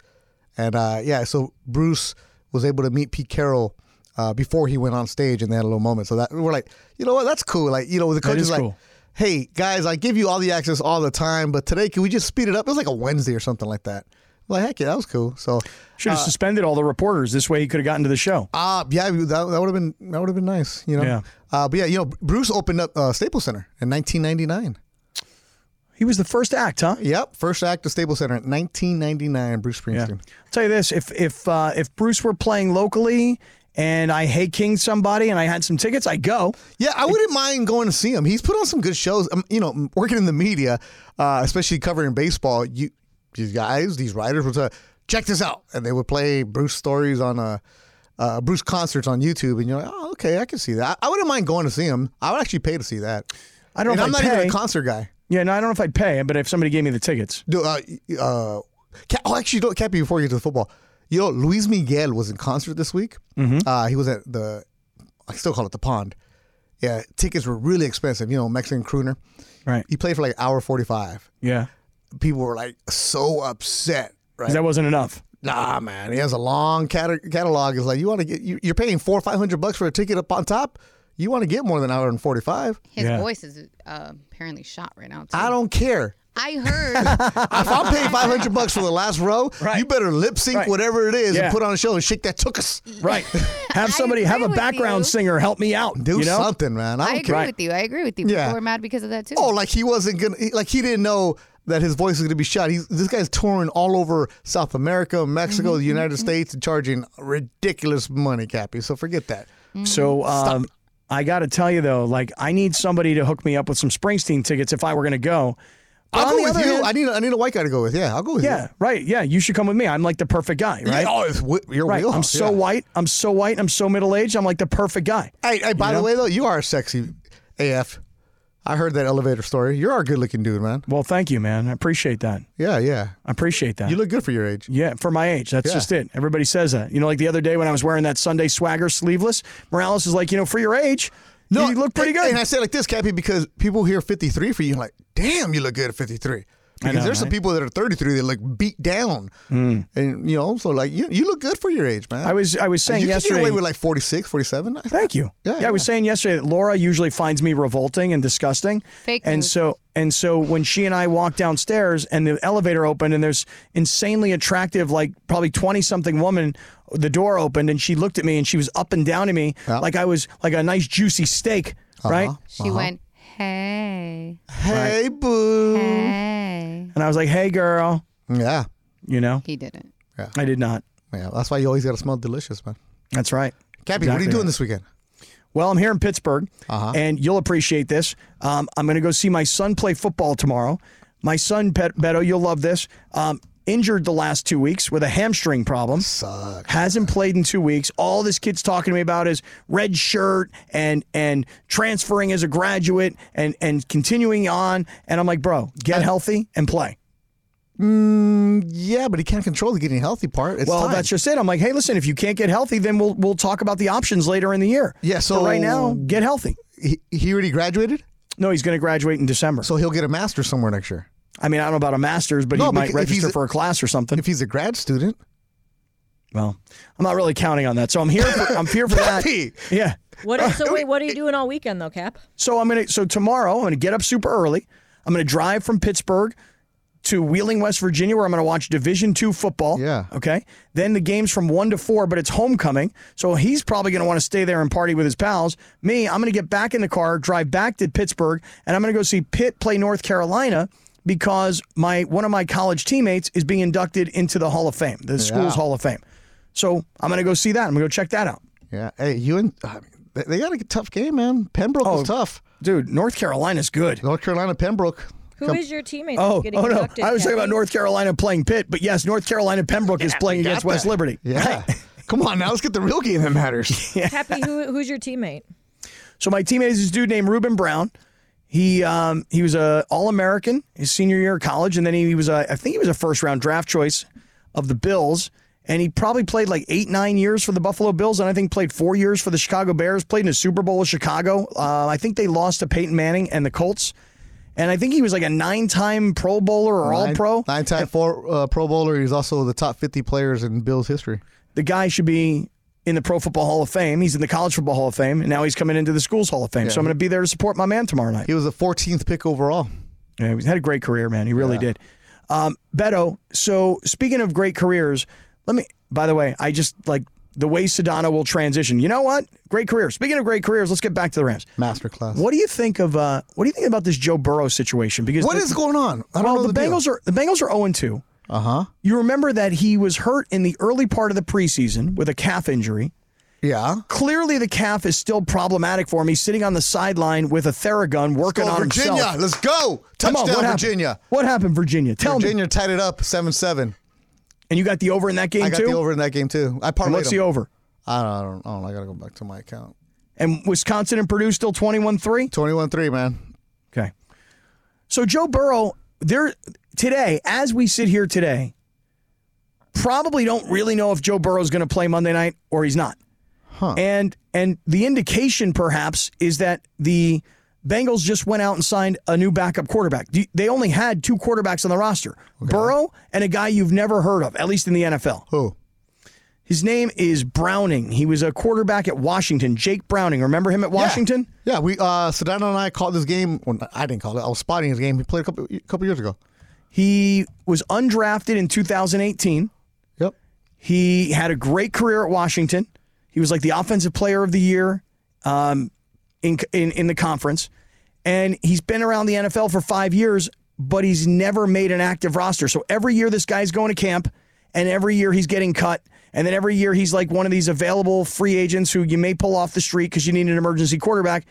[SPEAKER 3] and uh, yeah, so Bruce was able to meet Pete Carroll. Uh, before he went on stage and they had a little moment, so that we're like, you know what, that's cool. Like, you know, the coach
[SPEAKER 2] is
[SPEAKER 3] is like,
[SPEAKER 2] cool.
[SPEAKER 3] "Hey guys, I give you all the access all the time, but today can we just speed it up?" It was like a Wednesday or something like that. I'm like, heck yeah, that was cool. So,
[SPEAKER 2] Should
[SPEAKER 5] Uh,
[SPEAKER 2] have suspended all the reporters. This way he could have gotten to the show.
[SPEAKER 3] uh, yeah, that, that would have been that would have been nice, you know.
[SPEAKER 2] Yeah.
[SPEAKER 3] Uh, but yeah, you know, Bruce opened up uh, Staples Center in 1999.
[SPEAKER 2] He was the first act, huh?
[SPEAKER 3] Yep, first act of Staples Center, 1999. Bruce
[SPEAKER 2] Yeah.
[SPEAKER 3] Springsteen.
[SPEAKER 2] I'll tell you this: if if uh, if Bruce were playing locally and I hey king somebody and I had some tickets, I go.
[SPEAKER 3] Yeah, I wouldn't mind going to see him. He's put on some good shows. Um, you know, m- working in the media, uh, especially covering baseball, you these guys, these writers would say, "Check this out," and they would play Bruce stories on a uh, Bruce concerts on YouTube, and you're like, oh, okay, I can see that. I, I wouldn't mind going to see him. I would actually pay to see that.
[SPEAKER 2] I don't
[SPEAKER 3] And
[SPEAKER 2] know
[SPEAKER 3] I'm
[SPEAKER 2] if
[SPEAKER 3] not
[SPEAKER 2] I'd
[SPEAKER 3] even
[SPEAKER 2] pay.
[SPEAKER 3] a concert guy.
[SPEAKER 2] Yeah, no, I don't know if I'd pay, but if somebody gave me the tickets,
[SPEAKER 3] Dude, uh, uh, Cap- oh, actually, no, Cappy, before you get to the football, you know, Luis Miguel was in concert this week. Uh, he was at the, I still call it the pond. Yeah, tickets were really expensive. You know, Mexican crooner.
[SPEAKER 2] right?
[SPEAKER 3] He played for like hour 45.
[SPEAKER 2] Yeah,
[SPEAKER 3] People were like so upset, right?
[SPEAKER 2] 'Cause that wasn't enough.
[SPEAKER 3] Nah, man, he has a long cata- catalog. It's like you want to get you, you're paying four five hundred bucks for a ticket up on top. You want to get more than hour and forty five.
[SPEAKER 5] His
[SPEAKER 2] Yeah.
[SPEAKER 5] voice is uh, apparently shot right now. Too.
[SPEAKER 3] I don't care.
[SPEAKER 5] I heard.
[SPEAKER 3] If I'm paying five hundred bucks for the last row,
[SPEAKER 2] Right.
[SPEAKER 3] you better lip sync
[SPEAKER 2] Right.
[SPEAKER 3] whatever it is
[SPEAKER 2] Yeah.
[SPEAKER 3] and put on a show and shake that tookus.
[SPEAKER 2] Right. Have somebody have
[SPEAKER 5] agree
[SPEAKER 2] a
[SPEAKER 5] with
[SPEAKER 2] background
[SPEAKER 5] you.
[SPEAKER 2] singer help me out.
[SPEAKER 3] Do
[SPEAKER 2] you know?
[SPEAKER 3] something, man. I
[SPEAKER 5] I
[SPEAKER 3] don't
[SPEAKER 5] agree
[SPEAKER 3] care.
[SPEAKER 5] with you. I agree with you.
[SPEAKER 3] Yeah.
[SPEAKER 5] People were mad because of that too.
[SPEAKER 3] Oh, like he wasn't gonna he- like he didn't know that his voice was gonna be shot. He's this guy's touring all over South America, Mexico,
[SPEAKER 2] Mm-hmm.
[SPEAKER 3] the United States, and charging ridiculous money, Cappy. So forget that.
[SPEAKER 2] So um, I got to tell you though, like I need somebody to hook me up with some Springsteen tickets if I were going to go. But
[SPEAKER 3] I'll
[SPEAKER 2] on
[SPEAKER 3] go
[SPEAKER 2] the
[SPEAKER 3] with
[SPEAKER 2] other
[SPEAKER 3] you.
[SPEAKER 2] hand-
[SPEAKER 3] I need a, I need a white guy to go with. Yeah, I'll go with you.
[SPEAKER 2] yeah, right. Yeah, you should come with me. I'm like the perfect guy,
[SPEAKER 3] Yeah,
[SPEAKER 2] right?
[SPEAKER 3] oh, it's wi- your
[SPEAKER 2] right. I'm
[SPEAKER 3] wheelhouse,
[SPEAKER 2] so
[SPEAKER 3] yeah.
[SPEAKER 2] white. I'm so white. I'm so middle aged. I'm like the perfect guy.
[SPEAKER 3] Hey, hey, by the way, though, you are sexy AF. I heard that elevator story. You're a good looking dude, man.
[SPEAKER 2] Well, thank you, man. I appreciate that.
[SPEAKER 3] Yeah, yeah.
[SPEAKER 2] I appreciate that.
[SPEAKER 3] You look good for your age.
[SPEAKER 2] Yeah, for my age. That's
[SPEAKER 3] Yeah.
[SPEAKER 2] just it. Everybody says that. You know, like the other day when I was wearing that Sunday swagger sleeveless, Morales is like, you know, for your age, you look pretty
[SPEAKER 3] and-
[SPEAKER 2] good.
[SPEAKER 3] And I say it like this, Cappy, because people hear 53 for you, and like, damn, you look good at 53. Because
[SPEAKER 2] know,
[SPEAKER 3] there's some
[SPEAKER 2] right? Hmm.
[SPEAKER 3] people that are 33 that look beat down, and you know, so like you, you look good for your age, man.
[SPEAKER 2] I was I was saying
[SPEAKER 3] you
[SPEAKER 2] yesterday.
[SPEAKER 3] can get away with like 46, 47.
[SPEAKER 2] Thank you.
[SPEAKER 3] Yeah,
[SPEAKER 2] Yeah,
[SPEAKER 3] yeah.
[SPEAKER 2] I was saying yesterday that Laura usually finds me revolting and disgusting.
[SPEAKER 5] Fake
[SPEAKER 2] And
[SPEAKER 5] news.
[SPEAKER 2] so and so when she and I walked downstairs and the elevator opened and there's insanely attractive, like probably twenty something woman, the door opened and she looked at me and she was up and down to me
[SPEAKER 3] Yeah. Uh-huh.
[SPEAKER 2] like I was like a nice juicy steak. Right?
[SPEAKER 5] She went, hey,
[SPEAKER 3] Hey, boo.
[SPEAKER 5] hey.
[SPEAKER 2] And I was like, Hey girl,
[SPEAKER 3] Yeah,
[SPEAKER 2] you know?
[SPEAKER 5] He didn't.
[SPEAKER 2] I did not.
[SPEAKER 3] yeah. That's why you always gotta smell delicious, man.
[SPEAKER 2] That's right.
[SPEAKER 3] Cappy, what are
[SPEAKER 2] Exactly
[SPEAKER 3] you doing
[SPEAKER 2] right.
[SPEAKER 3] this weekend?
[SPEAKER 2] Well, I'm here in Pittsburgh,
[SPEAKER 3] Uh-huh.
[SPEAKER 2] and you'll appreciate this. Um, I'm going to go see my son play football tomorrow. My son, Pet- Beto, you'll love this. Um, injured the last two weeks with a hamstring problem.
[SPEAKER 3] Suck.
[SPEAKER 2] Hasn't played in two weeks. All this kid's talking to me about is red shirt and and transferring as a graduate and and continuing on. And I'm like, bro, get healthy and play.
[SPEAKER 3] Yeah, but he can't control the getting healthy part. It's
[SPEAKER 2] Well,
[SPEAKER 3] time.
[SPEAKER 2] that's just it. I'm like, hey, listen, if you can't get healthy, then we'll we'll talk about the options later in the year.
[SPEAKER 3] Yeah,
[SPEAKER 2] But
[SPEAKER 3] so-
[SPEAKER 2] right now, get healthy.
[SPEAKER 3] he, he already graduated,
[SPEAKER 2] No, he's going to graduate in December.
[SPEAKER 3] so he'll get a master's somewhere next year.
[SPEAKER 2] I mean, I don't know about a master's, but
[SPEAKER 3] No,
[SPEAKER 2] he might
[SPEAKER 3] because if he's
[SPEAKER 2] register
[SPEAKER 3] a-
[SPEAKER 2] for a class or something.
[SPEAKER 3] If he's a grad student,
[SPEAKER 2] well, I'm not really counting on that, so I'm here. For, I'm here for that.
[SPEAKER 3] Hey,
[SPEAKER 2] Yeah.
[SPEAKER 4] What? Are, so wait, what are you doing all weekend though, Cap?
[SPEAKER 2] So I'm gonna. So tomorrow, I'm gonna get up super early. I'm gonna drive from Pittsburgh to Wheeling, West Virginia, where I'm gonna watch Division two football.
[SPEAKER 3] Yeah.
[SPEAKER 2] Okay. Then the game's from one to four, but it's homecoming, so he's probably gonna want to stay there and party with his pals. Me, I'm gonna get back in the car, drive back to Pittsburgh, and I'm gonna go see Pitt play North Carolina. Because my one of my college teammates is being inducted into the Hall of Fame, the school's Hall of Fame. So I'm gonna go see that. I'm gonna go check that out.
[SPEAKER 3] yeah, hey, you and I mean, they- they got a tough game, man. Pembroke
[SPEAKER 2] Oh.
[SPEAKER 3] is tough.
[SPEAKER 2] Dude, North Carolina's good.
[SPEAKER 3] North Carolina, Pembroke.
[SPEAKER 4] Who is your teammate?
[SPEAKER 2] Oh,
[SPEAKER 4] that's getting
[SPEAKER 2] oh no.
[SPEAKER 4] inducted,
[SPEAKER 2] I was talking about
[SPEAKER 4] Cappy?
[SPEAKER 2] North Carolina playing Pitt, but yes, North Carolina Pembroke is playing
[SPEAKER 3] got
[SPEAKER 2] against West
[SPEAKER 3] that.
[SPEAKER 2] Liberty.
[SPEAKER 3] Yeah, come on now, let's get the real game that matters.
[SPEAKER 4] Cappy, who, who's your teammate?
[SPEAKER 2] So my teammate is this dude named Reuben Brown. He um, he was a All American his senior year of college, and then he, was a, I think he was a first round draft choice of the Bills, and he probably played like eight nine years for the Buffalo Bills, and I think played four years for the Chicago Bears. Played in a Super Bowl with Chicago. Uh, I think they lost to Peyton Manning and the Colts, and I think he was like a nine time Pro Bowler or All
[SPEAKER 3] Nine-
[SPEAKER 2] Pro.
[SPEAKER 3] nine-time four, uh, Pro Bowler. He's also the top 50 players in Bills history.
[SPEAKER 2] the guy should be in the Pro Football Hall of Fame. He's in the College Football Hall of Fame, and now he's coming into the Schools Hall of Fame. So I'm going to be there to support my man tomorrow night.
[SPEAKER 3] He was the 14th pick overall.
[SPEAKER 2] Yeah, he's had a great career, man. He really did. Um, Beto. So speaking of great careers, let me. By the way, I just like the way Sedano will transition. You know what? Great career. Speaking of great careers, let's get back to the Rams.
[SPEAKER 3] Masterclass.
[SPEAKER 2] What do you think of? Uh, what do you think about this Joe Burrow situation? Because
[SPEAKER 3] what
[SPEAKER 2] the-
[SPEAKER 3] is going on? I don't
[SPEAKER 2] well,
[SPEAKER 3] know
[SPEAKER 2] the,
[SPEAKER 3] the,
[SPEAKER 2] Bengals are the Bengals are zero two.
[SPEAKER 3] Uh huh.
[SPEAKER 2] You remember that he was hurt in the early part of the preseason with a calf injury.
[SPEAKER 3] Yeah.
[SPEAKER 2] clearly the calf is still problematic for him. He's sitting on the sideline with a theragun working
[SPEAKER 3] Go
[SPEAKER 2] on
[SPEAKER 3] Virginia.
[SPEAKER 2] himself.
[SPEAKER 3] Let's go.
[SPEAKER 2] Come on,
[SPEAKER 3] Touchdown,
[SPEAKER 2] what happened?
[SPEAKER 3] Virginia.
[SPEAKER 2] What happened, Virginia? Tell me.
[SPEAKER 3] Virginia tied it up 7 7.
[SPEAKER 2] And you got the over in that game
[SPEAKER 3] I got
[SPEAKER 2] too.
[SPEAKER 3] the over in that game, too. I
[SPEAKER 2] And
[SPEAKER 3] parlayed
[SPEAKER 2] What's
[SPEAKER 3] him.
[SPEAKER 2] the over?
[SPEAKER 3] I don't, I don't, I don't know. I gotta go back to my account.
[SPEAKER 2] And Wisconsin and Purdue still 21 3?
[SPEAKER 3] Twenty-one three, man.
[SPEAKER 2] Okay. So Joe Burrow, there today, as we sit here today, probably don't really know if Joe Burrow's going to play Monday night or he's not. And and the indication perhaps is that the Bengals just went out and signed a new backup quarterback. Do- They only had two quarterbacks on the roster, Burrow and a guy you've never heard of, at least in the NFL.
[SPEAKER 3] Who?
[SPEAKER 2] His name is Browning. He was a quarterback at Washington. Jake Browning. Remember him at Washington?
[SPEAKER 3] Yeah, we uh Sedano and I called this game. Well, I didn't call it. I was spotting his game. He played a couple a couple years ago.
[SPEAKER 2] He was undrafted in 2018.
[SPEAKER 3] Yep.
[SPEAKER 2] He had a great career at Washington. He was like the offensive player of the year um, in, in in the conference, and he's been around the NFL for five years, but he's never made an active roster. So every year this guy's going to camp, and every year he's getting cut, and then every year he's like one of these available free agents who you may pull off the street because you need an emergency quarterback.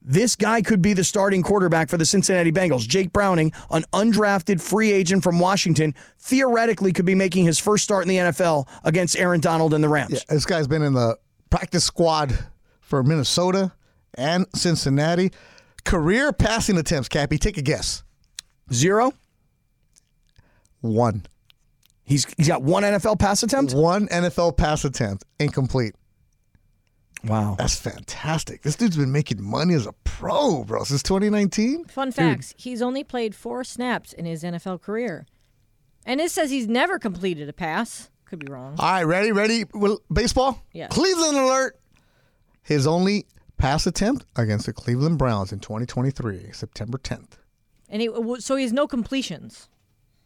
[SPEAKER 2] This guy could be the starting quarterback for the Cincinnati Bengals. Jake Browning, an undrafted free agent from Washington, theoretically could be making his first start in the NFL against Aaron Donald and the Rams.
[SPEAKER 3] Yeah, this guy's been in the practice squad for Minnesota and Cincinnati. Career passing attempts, Cappy. Take a guess.
[SPEAKER 2] Zero.
[SPEAKER 3] One.
[SPEAKER 2] He's he's got one NFL pass attempt.
[SPEAKER 3] One NFL pass attempt, incomplete.
[SPEAKER 2] Wow.
[SPEAKER 3] That's fantastic. This dude's been making money as a pro, bro, since 2019.
[SPEAKER 4] Fun facts he's only played four snaps in his NFL career. And it says he's never completed a pass. Could be wrong.
[SPEAKER 3] All right, ready, ready. Well, baseball.
[SPEAKER 4] Yes.
[SPEAKER 3] Cleveland alert. His only pass attempt against the Cleveland Browns in 2023, September 10th.
[SPEAKER 4] And he, so he has no completions.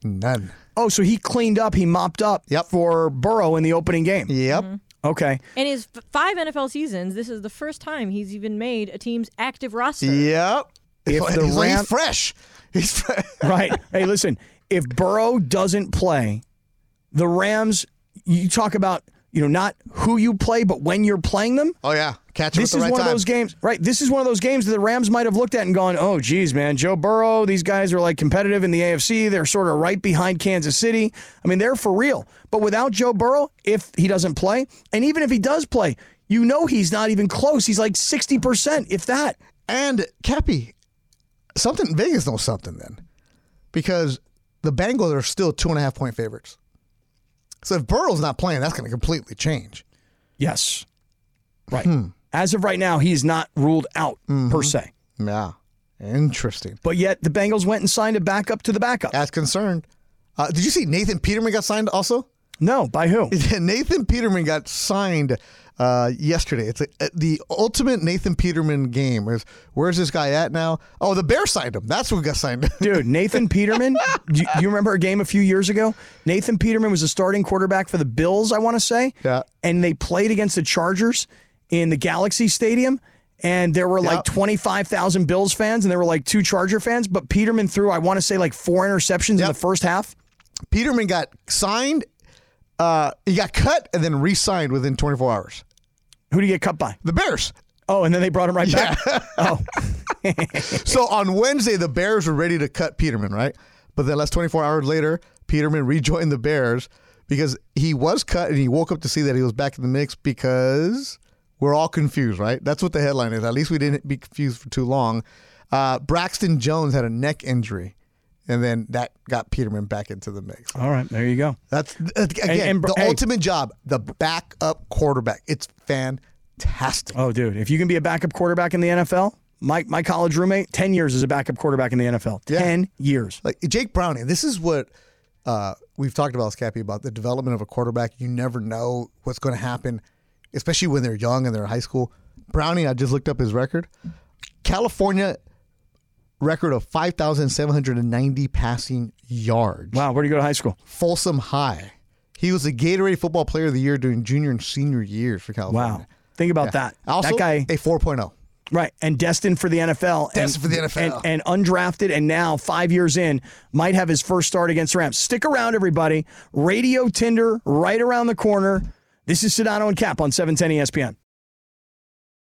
[SPEAKER 3] None.
[SPEAKER 2] Oh, so he cleaned up. He mopped up.
[SPEAKER 3] Yep.
[SPEAKER 2] For Burrow in the opening game.
[SPEAKER 3] Yep.
[SPEAKER 2] Okay.
[SPEAKER 4] In his f- five NFL seasons, this is the first time he's even made a team's active roster.
[SPEAKER 3] Yep.
[SPEAKER 2] If
[SPEAKER 3] he's,
[SPEAKER 2] the
[SPEAKER 3] he's- he's
[SPEAKER 2] Ram-
[SPEAKER 3] fresh. He's fresh.
[SPEAKER 2] Right. hey, listen. If Burrow doesn't play, the Rams. You talk about you know not who you play, but when you're playing them.
[SPEAKER 3] Oh yeah, catch him
[SPEAKER 2] This
[SPEAKER 3] at
[SPEAKER 2] is
[SPEAKER 3] the right
[SPEAKER 2] one
[SPEAKER 3] time.
[SPEAKER 2] of those games, right? This is one of those games that the Rams might have looked at and gone, "Oh, geez, man, Joe Burrow. These guys are like competitive in the AFC. They're sort of right behind Kansas City. I mean, they're for real." But without Joe Burrow, if he doesn't play, and even if he does play, you know he's not even close. He's like sixty percent, if that.
[SPEAKER 3] And Cappy, something Vegas knows something then, because the Bengals are still two and a half point favorites. So if Burrow's not playing, that's going to completely change.
[SPEAKER 2] Yes, right. As of right now, he's not ruled out per se.
[SPEAKER 3] Yeah, interesting.
[SPEAKER 2] But yet, the Bengals went and signed a backup to the backup.
[SPEAKER 3] As concerned, uh, did you see Nathan Peterman got signed also?
[SPEAKER 2] no, by who?
[SPEAKER 3] Nathan Peterman got signed uh, yesterday. It's a, the ultimate Nathan Peterman game. Is where's this guy at now? Oh, the Bears signed him. That's who got signed.
[SPEAKER 2] Dude, Nathan Peterman. do, you, do you remember a game a few years ago? Nathan Peterman was a starting quarterback for the Bills, I want to say.
[SPEAKER 3] Yeah.
[SPEAKER 2] And they played against the Chargers in the Galaxy Stadium. And there were like 25,000 Bills fans, and there were like two Charger fans. But Peterman threw, I want to say, like four interceptions in the first half.
[SPEAKER 3] Peterman got signed. Uh, he got cut and then re-signed within 24 hours.
[SPEAKER 2] Who do you get cut by?
[SPEAKER 3] The Bears.
[SPEAKER 2] Oh, and then they brought him right back. Oh,
[SPEAKER 3] So on Wednesday, the Bears were ready to cut Peterman, right? But then, less 24 hours later, Peterman rejoined the Bears because he was cut and he woke up to see that he was back in the mix because we're all confused, right? That's what the headline is. At least we didn't be confused for too long. Uh, Braxton Jones had a neck injury, and then that got Peterman back into the mix.
[SPEAKER 2] all right. There you go.
[SPEAKER 3] That's uh, again
[SPEAKER 2] and-
[SPEAKER 3] the
[SPEAKER 2] hey.
[SPEAKER 3] ultimate job, the backup quarterback. It's fantastic.
[SPEAKER 2] Oh, dude, if you can be a backup quarterback in the NFL, my, my college roommate, 10 years as a backup quarterback in the NFL. 10 years.
[SPEAKER 3] Like Jake Browning, this is what uh, we've talked about, Scappy, about the development of a quarterback. You never know what's going to happen, especially when they're young and they're in high school. Browning, I just looked up his record. California record of 5,790 passing yards.
[SPEAKER 2] Wow, where do you go to high school?
[SPEAKER 3] Folsom High. He was the Gatorade Football Player of the Year during junior and senior years for California.
[SPEAKER 2] Wow. Think about that.
[SPEAKER 3] Also,
[SPEAKER 2] that guy,
[SPEAKER 3] a oh. 4.0.
[SPEAKER 2] right, and destined for the NFL.
[SPEAKER 3] Destined for the NFL.
[SPEAKER 2] And, and undrafted, and now five years in, might have his first start against the Rams. Stick around, everybody. Radio E Tinder right around the corner. This is Sedano and Cap on 710 ESPN.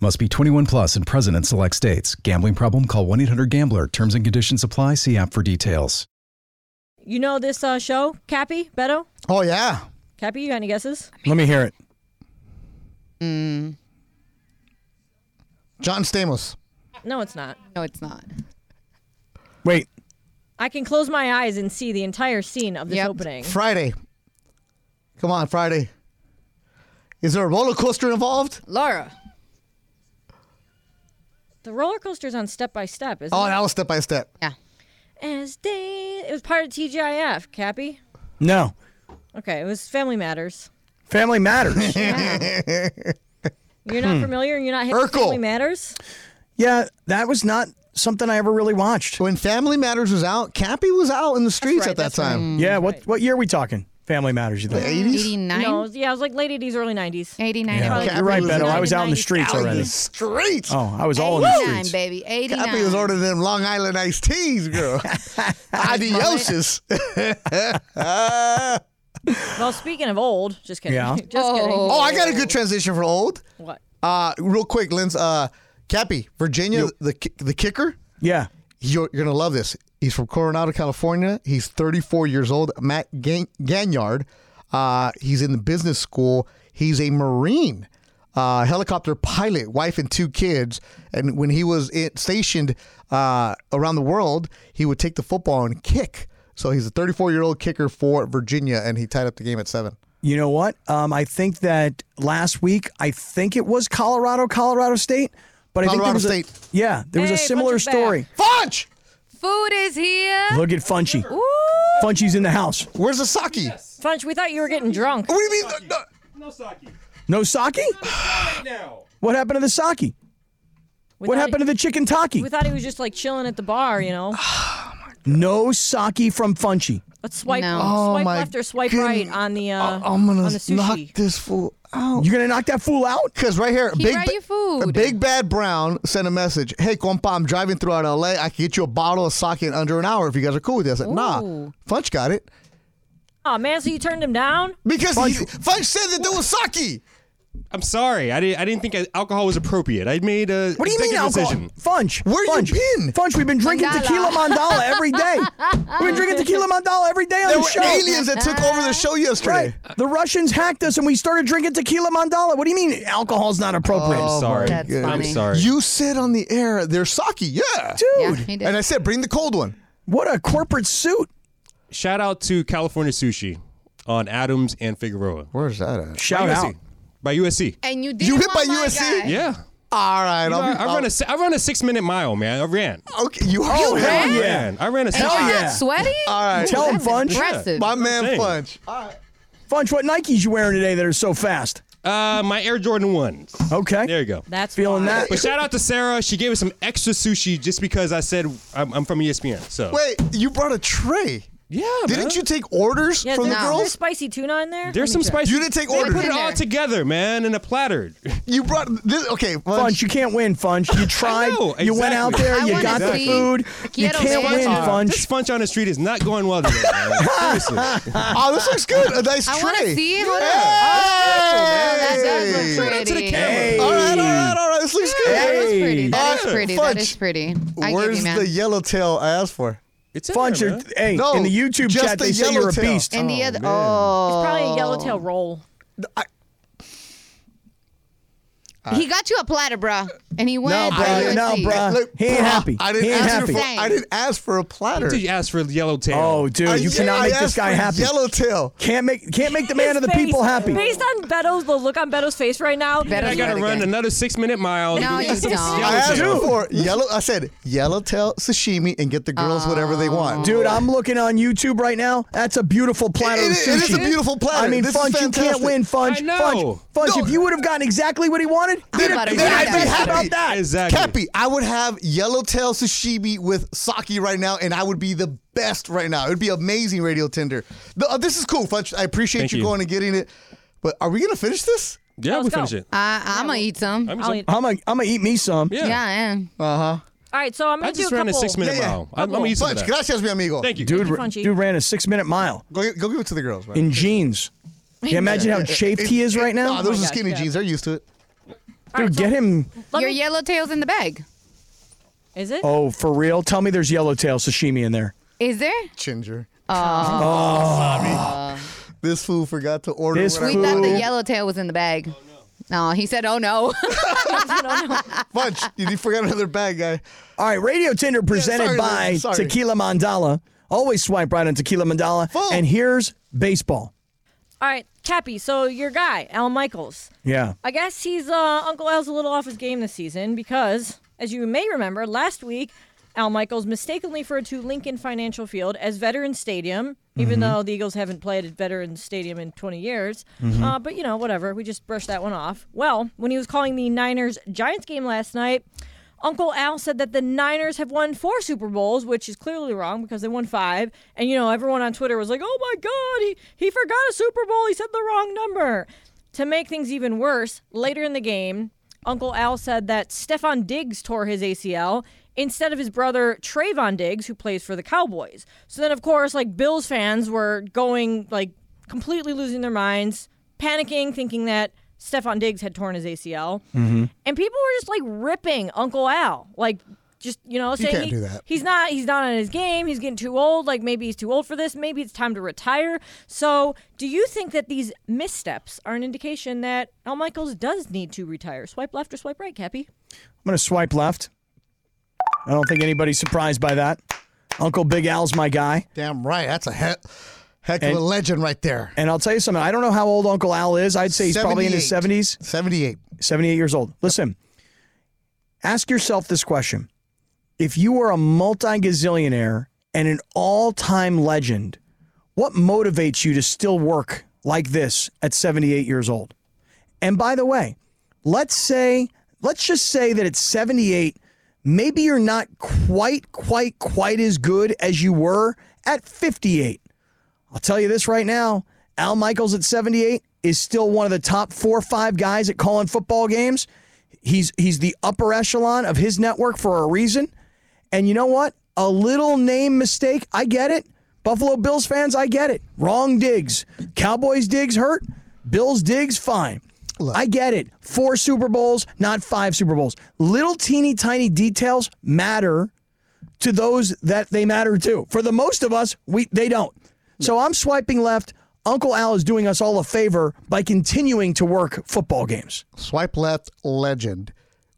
[SPEAKER 6] Must be 21 plus and present in select states. Gambling problem? Call 1 800 Gambler. Terms and conditions apply. See app for details.
[SPEAKER 4] You know this uh, show, Cappy, Beto?
[SPEAKER 3] Oh yeah.
[SPEAKER 4] Cappy, you got any guesses?
[SPEAKER 2] Let me hear it.
[SPEAKER 3] Mm. John Stamos.
[SPEAKER 4] No, it's not.
[SPEAKER 5] No, it's not.
[SPEAKER 2] Wait.
[SPEAKER 4] I can close my eyes and see the entire scene of this
[SPEAKER 5] Yep.
[SPEAKER 4] opening.
[SPEAKER 3] Friday. Come on, Friday. Is there a roller coaster involved?
[SPEAKER 5] Laura.
[SPEAKER 4] The roller coaster's on step by step, isn't
[SPEAKER 3] Oh,
[SPEAKER 4] it?
[SPEAKER 3] that was step by step.
[SPEAKER 5] Yeah.
[SPEAKER 4] As day, it was part of TGIF, Cappy.
[SPEAKER 2] No.
[SPEAKER 4] Okay, it was Family Matters.
[SPEAKER 2] Family matters.
[SPEAKER 4] You're not familiar and you're not hip to
[SPEAKER 3] Hmm. Urkel.
[SPEAKER 4] Family Matters?
[SPEAKER 2] yeah, that was not something I ever really watched.
[SPEAKER 3] When Family Matters was out, Cappy was out in the streets
[SPEAKER 4] right,
[SPEAKER 3] at that
[SPEAKER 4] that's Mm-hmm. right.
[SPEAKER 3] time.
[SPEAKER 2] Yeah, what what year are we talking? Family matters, you think?
[SPEAKER 3] 80s?
[SPEAKER 5] 89?
[SPEAKER 4] No, it was- yeah, it was like late 80s, early 90s.
[SPEAKER 5] 89.
[SPEAKER 2] Yeah,
[SPEAKER 5] probably.
[SPEAKER 2] you're right,
[SPEAKER 3] Cappy was
[SPEAKER 2] Beto. I was out in the
[SPEAKER 4] 1990s.
[SPEAKER 2] streets
[SPEAKER 3] Out in
[SPEAKER 2] already.
[SPEAKER 3] the streets.
[SPEAKER 2] Oh, I was all in the
[SPEAKER 5] 89,
[SPEAKER 2] streets.
[SPEAKER 5] baby. 89.
[SPEAKER 3] Cappy was ordering them Long Island iced teas, girl. Adioses.
[SPEAKER 4] Well, speaking of old, just kidding.
[SPEAKER 2] Yeah.
[SPEAKER 4] just
[SPEAKER 5] Oh.
[SPEAKER 4] kidding.
[SPEAKER 3] Oh, I got a good transition for old.
[SPEAKER 4] What?
[SPEAKER 3] Uh, real quick, Linz. Uh, Cappy, Virginia, the ki- the kicker.
[SPEAKER 2] Yeah.
[SPEAKER 3] You're, you're gonna love this. He's from Coronado, California. He's 34 years old. Matt Gan- Gagnyard. Uh, he's in the business school. He's a Marine, uh, helicopter pilot, wife and two kids. And when he was in, stationed uh, around the world, he would take the football and kick. So he's a 34 year old kicker for Virginia, and he tied up the game at seven.
[SPEAKER 2] You know what? Um, I think that last week, I think it was Colorado, Colorado State, but I think there
[SPEAKER 3] Colorado
[SPEAKER 2] was
[SPEAKER 3] State.
[SPEAKER 2] a yeah, there was a
[SPEAKER 4] Hey,
[SPEAKER 2] similar
[SPEAKER 4] punch it back.
[SPEAKER 2] story.
[SPEAKER 3] Fudge!
[SPEAKER 5] Food is here.
[SPEAKER 2] Look at Funchy. Funchy's in the house.
[SPEAKER 3] Where's the sake?
[SPEAKER 4] Funch, we thought you were getting drunk.
[SPEAKER 3] What do you mean? No, no.
[SPEAKER 2] No sake? What happened to the sake?
[SPEAKER 4] We
[SPEAKER 2] What
[SPEAKER 4] thought-
[SPEAKER 2] happened to the chicken taki?
[SPEAKER 4] We thought he was just like chilling at the bar, you know?
[SPEAKER 2] No sake from Funchy.
[SPEAKER 4] Let's swipe,
[SPEAKER 5] No.
[SPEAKER 3] Oh,
[SPEAKER 4] swipe
[SPEAKER 3] my
[SPEAKER 4] left or swipe right
[SPEAKER 3] goodness.
[SPEAKER 4] on the uh,
[SPEAKER 3] I'm gonna
[SPEAKER 4] on the sushi.
[SPEAKER 3] knock this fool
[SPEAKER 4] Oh.
[SPEAKER 3] out.
[SPEAKER 2] You're gonna knock that fool out?
[SPEAKER 3] Cause right here,
[SPEAKER 5] He
[SPEAKER 3] big
[SPEAKER 5] brought
[SPEAKER 3] Ba-
[SPEAKER 5] you food.
[SPEAKER 3] Big Bad Brown sent a message. Hey, compa, I'm driving throughout LA. I can get you a bottle of sake in under an hour if you guys are cool with it. I said, Nah,
[SPEAKER 5] Ooh.
[SPEAKER 3] Funch got it
[SPEAKER 4] Oh man, so you turned him down?
[SPEAKER 3] because Funch, he, Funch said that there was sake.
[SPEAKER 7] I'm sorry. I didn't. I didn't think alcohol was appropriate. I made a
[SPEAKER 2] What do you mean
[SPEAKER 7] executive
[SPEAKER 2] alcohol?
[SPEAKER 7] decision.
[SPEAKER 2] Funch.
[SPEAKER 3] Where you
[SPEAKER 2] Funch,
[SPEAKER 3] been?
[SPEAKER 2] Funch, we've been drinking
[SPEAKER 5] Mandala.
[SPEAKER 2] tequila mandala every day. We've been drinking tequila mandala every day on
[SPEAKER 3] There
[SPEAKER 2] the
[SPEAKER 3] were
[SPEAKER 2] show.
[SPEAKER 3] aliens that took over the show yesterday.
[SPEAKER 2] Right. The Russians hacked us and we started drinking tequila mandala. What do you mean alcohol's not appropriate?
[SPEAKER 7] I'm
[SPEAKER 3] Oh.
[SPEAKER 7] sorry.
[SPEAKER 5] That's
[SPEAKER 7] I'm
[SPEAKER 5] funny.
[SPEAKER 7] sorry.
[SPEAKER 3] You said on the air there's sake. Yeah,
[SPEAKER 5] Yeah,
[SPEAKER 2] Dude,
[SPEAKER 5] he did.
[SPEAKER 3] and I said bring the cold one.
[SPEAKER 2] what a corporate suit.
[SPEAKER 7] Shout out to California Sushi on Adams and Figueroa.
[SPEAKER 3] Where's that at?
[SPEAKER 2] Shout
[SPEAKER 7] By
[SPEAKER 2] out.
[SPEAKER 7] USC. By USC.
[SPEAKER 5] and you did.
[SPEAKER 3] You
[SPEAKER 5] it
[SPEAKER 3] hit by
[SPEAKER 5] on my
[SPEAKER 3] USC?
[SPEAKER 5] guy.
[SPEAKER 7] Yeah.
[SPEAKER 3] All right,
[SPEAKER 7] You know,
[SPEAKER 3] I'll
[SPEAKER 7] I,
[SPEAKER 3] be-
[SPEAKER 7] I run a si- I run a six minute mile, man. I ran.
[SPEAKER 3] I'll- okay. You are
[SPEAKER 2] Oh, hell
[SPEAKER 7] I
[SPEAKER 2] yeah.
[SPEAKER 7] ran. I ran a six.
[SPEAKER 5] You're
[SPEAKER 2] Hell
[SPEAKER 5] not
[SPEAKER 2] yeah.
[SPEAKER 5] sweaty?
[SPEAKER 3] All right.
[SPEAKER 2] Tell him,
[SPEAKER 5] That's
[SPEAKER 2] Funch.
[SPEAKER 5] impressive.
[SPEAKER 3] my man
[SPEAKER 7] Dang.
[SPEAKER 3] Funch.
[SPEAKER 2] Funch, what Nikes you wearing today that are so fast?
[SPEAKER 7] Uh, my Air Jordan ones.
[SPEAKER 2] Okay.
[SPEAKER 7] There you go.
[SPEAKER 4] That's
[SPEAKER 2] Feeling
[SPEAKER 4] why.
[SPEAKER 2] that?
[SPEAKER 7] But shout out to Sarah. She gave us some extra sushi just because I said I'm, I'm from E ESPN. So
[SPEAKER 3] Wait, you brought a tray.
[SPEAKER 7] yeah, man.
[SPEAKER 3] Didn't you take orders
[SPEAKER 4] Yeah,
[SPEAKER 3] from the
[SPEAKER 4] there's, there's
[SPEAKER 3] girls?
[SPEAKER 4] spicy tuna in there.
[SPEAKER 7] There's
[SPEAKER 4] Let
[SPEAKER 7] some
[SPEAKER 4] me check.
[SPEAKER 7] spice.
[SPEAKER 3] You didn't take
[SPEAKER 7] They
[SPEAKER 3] orders.
[SPEAKER 7] Put it all
[SPEAKER 5] Dinner.
[SPEAKER 7] together, man, in a platter.
[SPEAKER 3] You brought this. Okay, Funch.
[SPEAKER 2] Funch, you can't win, Funch. You tried.
[SPEAKER 7] know,
[SPEAKER 2] You went
[SPEAKER 7] exactly.
[SPEAKER 2] out there.
[SPEAKER 5] I
[SPEAKER 2] you
[SPEAKER 5] wanna
[SPEAKER 2] got the
[SPEAKER 5] see
[SPEAKER 2] food. You
[SPEAKER 5] Quiero
[SPEAKER 2] can't
[SPEAKER 5] ver.
[SPEAKER 2] win,
[SPEAKER 5] Uh,
[SPEAKER 7] This
[SPEAKER 2] Funch.
[SPEAKER 7] funch on the street is not going well today. Man. Seriously.
[SPEAKER 3] Oh, this looks good. A nice
[SPEAKER 5] I
[SPEAKER 3] tray.
[SPEAKER 5] want to see it. Hold
[SPEAKER 3] Yeah.
[SPEAKER 5] on. Oh, that does
[SPEAKER 3] Hey.
[SPEAKER 5] look
[SPEAKER 7] Shout out to the
[SPEAKER 5] pretty.
[SPEAKER 7] camera.
[SPEAKER 2] Hey.
[SPEAKER 3] All right, all right, all right. This looks good.
[SPEAKER 5] That is pretty. That
[SPEAKER 3] Hey.
[SPEAKER 5] is pretty.
[SPEAKER 3] Fudge.
[SPEAKER 5] That is pretty. I give
[SPEAKER 3] Where's
[SPEAKER 5] you, man.
[SPEAKER 3] the yellowtail I asked for?
[SPEAKER 7] It's in
[SPEAKER 2] Funch,
[SPEAKER 7] there,
[SPEAKER 2] you're-
[SPEAKER 7] man.
[SPEAKER 2] hey,
[SPEAKER 3] No,
[SPEAKER 2] in the YouTube
[SPEAKER 3] just
[SPEAKER 2] chat,
[SPEAKER 3] the
[SPEAKER 2] they say you're a
[SPEAKER 3] yellowtail.
[SPEAKER 2] beast.
[SPEAKER 5] and the other. Oh.
[SPEAKER 4] It's probably a yellowtail roll.
[SPEAKER 5] He got you a platter, bruh. And he
[SPEAKER 2] No,
[SPEAKER 5] went.
[SPEAKER 2] bruh.
[SPEAKER 5] I
[SPEAKER 2] No,
[SPEAKER 5] see.
[SPEAKER 2] bruh. he ain't
[SPEAKER 3] bruh,
[SPEAKER 2] happy.
[SPEAKER 3] I didn't
[SPEAKER 2] he ain't
[SPEAKER 3] ask
[SPEAKER 2] happy.
[SPEAKER 3] for.
[SPEAKER 5] Same.
[SPEAKER 3] I didn't ask for a platter.
[SPEAKER 7] Did you ask for yellowtail?
[SPEAKER 2] Oh,
[SPEAKER 3] I-
[SPEAKER 2] dude, you
[SPEAKER 3] yeah,
[SPEAKER 2] cannot
[SPEAKER 3] I
[SPEAKER 2] make this
[SPEAKER 3] asked
[SPEAKER 2] guy
[SPEAKER 3] for
[SPEAKER 2] happy.
[SPEAKER 3] Yellowtail.
[SPEAKER 2] Can't make can't make the man of the
[SPEAKER 4] His face-
[SPEAKER 2] people happy.
[SPEAKER 4] Based on Beto's the look on Beto's face right now.
[SPEAKER 5] Beto-
[SPEAKER 7] I gotta
[SPEAKER 5] Right
[SPEAKER 7] run
[SPEAKER 5] again.
[SPEAKER 7] another six minute mile.
[SPEAKER 5] No, you don't.
[SPEAKER 3] I asked
[SPEAKER 7] Yellowtail.
[SPEAKER 3] for yellow. I said yellowtail sashimi and get the girls whatever they
[SPEAKER 7] Oh.
[SPEAKER 3] want.
[SPEAKER 2] Dude, I'm looking on YouTube right now. That's a beautiful platter of
[SPEAKER 3] It- it- it
[SPEAKER 2] sushi.
[SPEAKER 3] is a beautiful platter.
[SPEAKER 2] I mean,
[SPEAKER 3] This is
[SPEAKER 2] Funch, you can't
[SPEAKER 3] fantastic.
[SPEAKER 2] win, Funch.
[SPEAKER 7] I know.
[SPEAKER 2] Funch, Funch, if you would have gotten exactly what he wanted, wanted, he'd have
[SPEAKER 5] Everybody
[SPEAKER 2] been
[SPEAKER 5] wanted
[SPEAKER 2] happy
[SPEAKER 5] that.
[SPEAKER 2] about that.
[SPEAKER 7] Exactly.
[SPEAKER 3] Cappy, I would have yellowtail sashimi with sake right now, and I would be the best right now. It would be amazing Radio Tinder. The- uh, this is cool, Funch. I appreciate
[SPEAKER 7] Thank
[SPEAKER 3] you,
[SPEAKER 7] you.
[SPEAKER 3] going and getting it. But are we going to finish this?
[SPEAKER 7] Yeah, we
[SPEAKER 4] Let's go.
[SPEAKER 7] finish it.
[SPEAKER 5] I, I'm gonna eat some.
[SPEAKER 7] I'm
[SPEAKER 4] I'll eat.
[SPEAKER 2] I'm gonna, I'm gonna eat me some.
[SPEAKER 7] Yeah.
[SPEAKER 5] yeah. I am.
[SPEAKER 4] All right, so I'm
[SPEAKER 7] I
[SPEAKER 4] gonna do a
[SPEAKER 7] just
[SPEAKER 4] couple.
[SPEAKER 7] ran a six minute
[SPEAKER 3] Yeah, yeah.
[SPEAKER 7] mile. I'm, I'm gonna
[SPEAKER 4] Couple.
[SPEAKER 7] eat some of
[SPEAKER 3] Funch,
[SPEAKER 7] that.
[SPEAKER 3] gracias, mi amigo.
[SPEAKER 7] Thank you.
[SPEAKER 2] Dude, ra-
[SPEAKER 4] Funchy.
[SPEAKER 2] dude ran a six minute mile
[SPEAKER 3] Go, go give it to the girls, man.
[SPEAKER 2] in jeans. Can you imagine how chafed he is right
[SPEAKER 3] Nah,
[SPEAKER 2] now?
[SPEAKER 3] those
[SPEAKER 4] my
[SPEAKER 3] are
[SPEAKER 4] God,
[SPEAKER 3] skinny
[SPEAKER 4] yeah.
[SPEAKER 3] jeans. They're used to it.
[SPEAKER 2] Dude, get him.
[SPEAKER 4] Let
[SPEAKER 5] Your
[SPEAKER 4] me-
[SPEAKER 5] yellowtail's in the bag.
[SPEAKER 4] Is it?
[SPEAKER 2] Oh, for real? Tell me there's yellowtail sashimi in there.
[SPEAKER 5] Is there?
[SPEAKER 3] Ginger. Oh. This fool forgot to order
[SPEAKER 2] This
[SPEAKER 3] what I
[SPEAKER 5] We thought
[SPEAKER 2] Ooh.
[SPEAKER 5] the yellowtail was in the bag. no. he said, "Oh no."
[SPEAKER 3] Funch, you you forgot another bag, guy.
[SPEAKER 2] All right, Radio Tinder presented
[SPEAKER 3] sorry,
[SPEAKER 2] by
[SPEAKER 3] Lou, sorry.
[SPEAKER 2] Tequila Mandala. Always swipe right on Tequila Mandala.
[SPEAKER 3] Full.
[SPEAKER 2] And here's baseball.
[SPEAKER 4] All right, Cappy. So your guy, Al Michaels.
[SPEAKER 2] Yeah.
[SPEAKER 4] I guess he's uh, Uncle Al's a little off his game this season because, as you may remember, last week Al Michaels mistakenly referred to Lincoln Financial Field as Veterans Stadium,
[SPEAKER 7] Mm-hmm.
[SPEAKER 4] even though the Eagles haven't played at Veterans Stadium in 20 years.
[SPEAKER 7] Mm-hmm.
[SPEAKER 4] Uh, but you know, whatever. We just brushed that one off. Well, when he was calling the Niners Giants game last night. Uncle Al said that the Niners have won four Super Bowls, which is clearly wrong because they won five. And, you know, everyone on Twitter was like, oh my God, he, he forgot a Super Bowl. He said the wrong number. To make things even worse, later in the game, Uncle Al said that Stefan Diggs tore his ACL instead of his brother Trayvon Diggs, who plays for the Cowboys. So then, of course, like Bills fans were going, like, completely losing their minds, panicking, thinking that Stefan Diggs had torn his ACL. And people were just like ripping Uncle Al. Like, just, you know, saying
[SPEAKER 3] can't
[SPEAKER 4] he-
[SPEAKER 3] do that.
[SPEAKER 4] he's not he's not on his game he's getting too old like maybe he's too old for this maybe it's time to retire so do you think that these missteps are an indication that al michaels does need to retire swipe left or swipe right cappy
[SPEAKER 2] I'm going to swipe left. I don't think anybody's surprised by that. Uncle Big Al's my guy.
[SPEAKER 3] Damn right. That's a heck, heck of a
[SPEAKER 2] And-
[SPEAKER 3] legend right there.
[SPEAKER 2] And I'll tell you something. I don't know how old Uncle Al is. I'd say he's probably in his
[SPEAKER 3] 78.
[SPEAKER 2] 70s,
[SPEAKER 3] 78.
[SPEAKER 2] 78 years old. Listen, ask yourself this question. If you were a multi gazillionaire and an all time legend, what motivates you to still work like this at 78 years old? And by the way, let's say, let's just say that at 78, maybe you're not quite, quite, quite as good as you were at 58. I'll tell you this right now Al Michaels at 78 is still one of the top four or five guys at calling football games. He's, he's the upper echelon of his network for a reason. And you know what? A little name mistake. I get it. Buffalo Bills fans, I get it. Wrong digs. Cowboys digs hurt. Bills digs fine. I get it. Four Super Bowls, not five Super Bowls. Little teeny tiny details matter to those that they matter to. For the most of us, we they don't. So I'm swiping left. Uncle Al is doing us all a favor by continuing to work football games.
[SPEAKER 3] Swipe left, legend.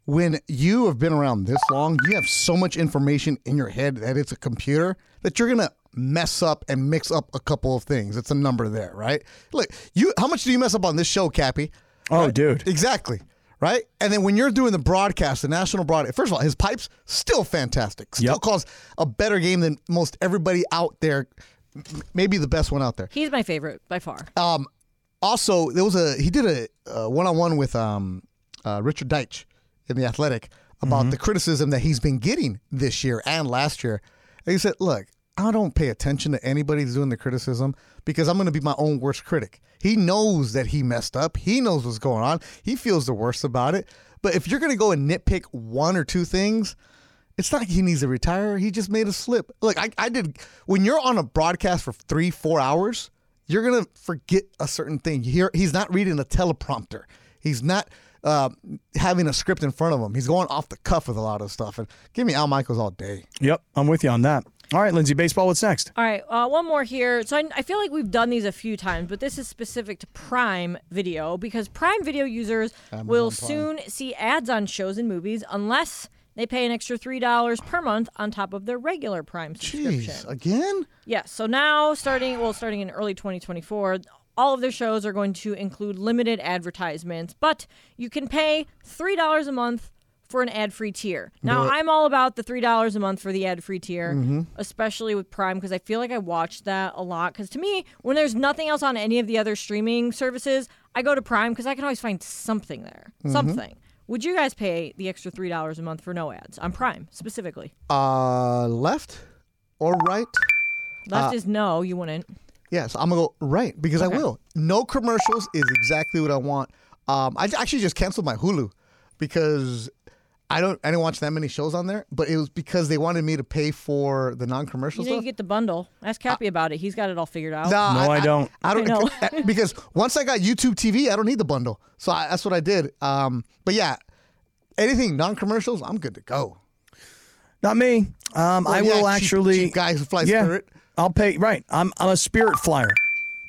[SPEAKER 3] When you have been around this long, you have so much information in your head that it's a computer that you're gonna mess up and mix up a couple of things. It's a number there, right? Look, you how much do you mess up on this show, Cappy?
[SPEAKER 2] Oh, dude.
[SPEAKER 3] Exactly. Right? And then when you're doing the broadcast, the national broadcast, first of all, his pipes still fantastic. Still
[SPEAKER 2] Yep.
[SPEAKER 3] calls a better game than most everybody out there, m- maybe the best one out there.
[SPEAKER 4] he's my favorite by far
[SPEAKER 3] also there was a he did a one on one with um, uh, Richard Deitch in the Athletic about the criticism that he's been getting this year and last year. And he said, "Look, I don't pay attention to anybody who's doing the criticism because I'm going to be my own worst critic." He knows that he messed up. He knows what's going on. He feels the worst about it. But if you're going to go and nitpick one or two things, it's not like he needs to retire. He just made a slip. Look, I, I did. When you're on a broadcast for three, four hours, you're gonna forget a certain thing. Here, he's not reading a teleprompter. He's not uh, having a script in front of him. He's going off the cuff with a lot of stuff. And give me Al Michaels all day.
[SPEAKER 2] Yep, I'm with you on that. All right, Lindsay, baseball, what's next?
[SPEAKER 4] all right uh, one more here so I, I feel like we've done these a few times but this is specific to prime video because prime video users will soon see ads on shows and movies unless they pay an extra $3 per month on top of their regular prime subscription
[SPEAKER 3] Jeez, again?
[SPEAKER 4] Yes. So now, starting well, starting in early 2024, all of their shows are going to include limited advertisements, but you can pay three dollars a month for an ad-free tier. Now, I'm all about the three dollars a month for the ad-free tier, especially with Prime, because I feel like I watch that a lot. Because to me, when there's nothing else on any of the other streaming services, I go to Prime because I can always find something there, something. Would you guys pay the extra three dollars a month for no ads on Prime specifically?
[SPEAKER 3] Uh, left or right?
[SPEAKER 4] Left is no, you wouldn't.
[SPEAKER 3] Yes, I'm gonna go right because I will. No commercials is exactly what I want. Um, I actually just canceled my Hulu because I don't I didn't watch that many shows on there, but it was because they wanted me to pay for the non-commercial
[SPEAKER 4] You know, you
[SPEAKER 3] stuff.
[SPEAKER 4] get the bundle. Ask Cappy about it. He's got it all figured out.
[SPEAKER 3] Nah,
[SPEAKER 2] No, I don't.
[SPEAKER 3] I, don't
[SPEAKER 4] I know.
[SPEAKER 3] uh, because once I got YouTube TV, I don't need the bundle, so I, that's what I did. Um, but yeah, anything non-commercials, I'm good to go.
[SPEAKER 2] Not me. Um, I
[SPEAKER 3] yeah,
[SPEAKER 2] will
[SPEAKER 3] cheap-
[SPEAKER 2] actually.
[SPEAKER 3] cheap guy who flies
[SPEAKER 2] yeah,
[SPEAKER 3] spirit.
[SPEAKER 2] I'll pay. Right. I'm I'm a spirit flyer.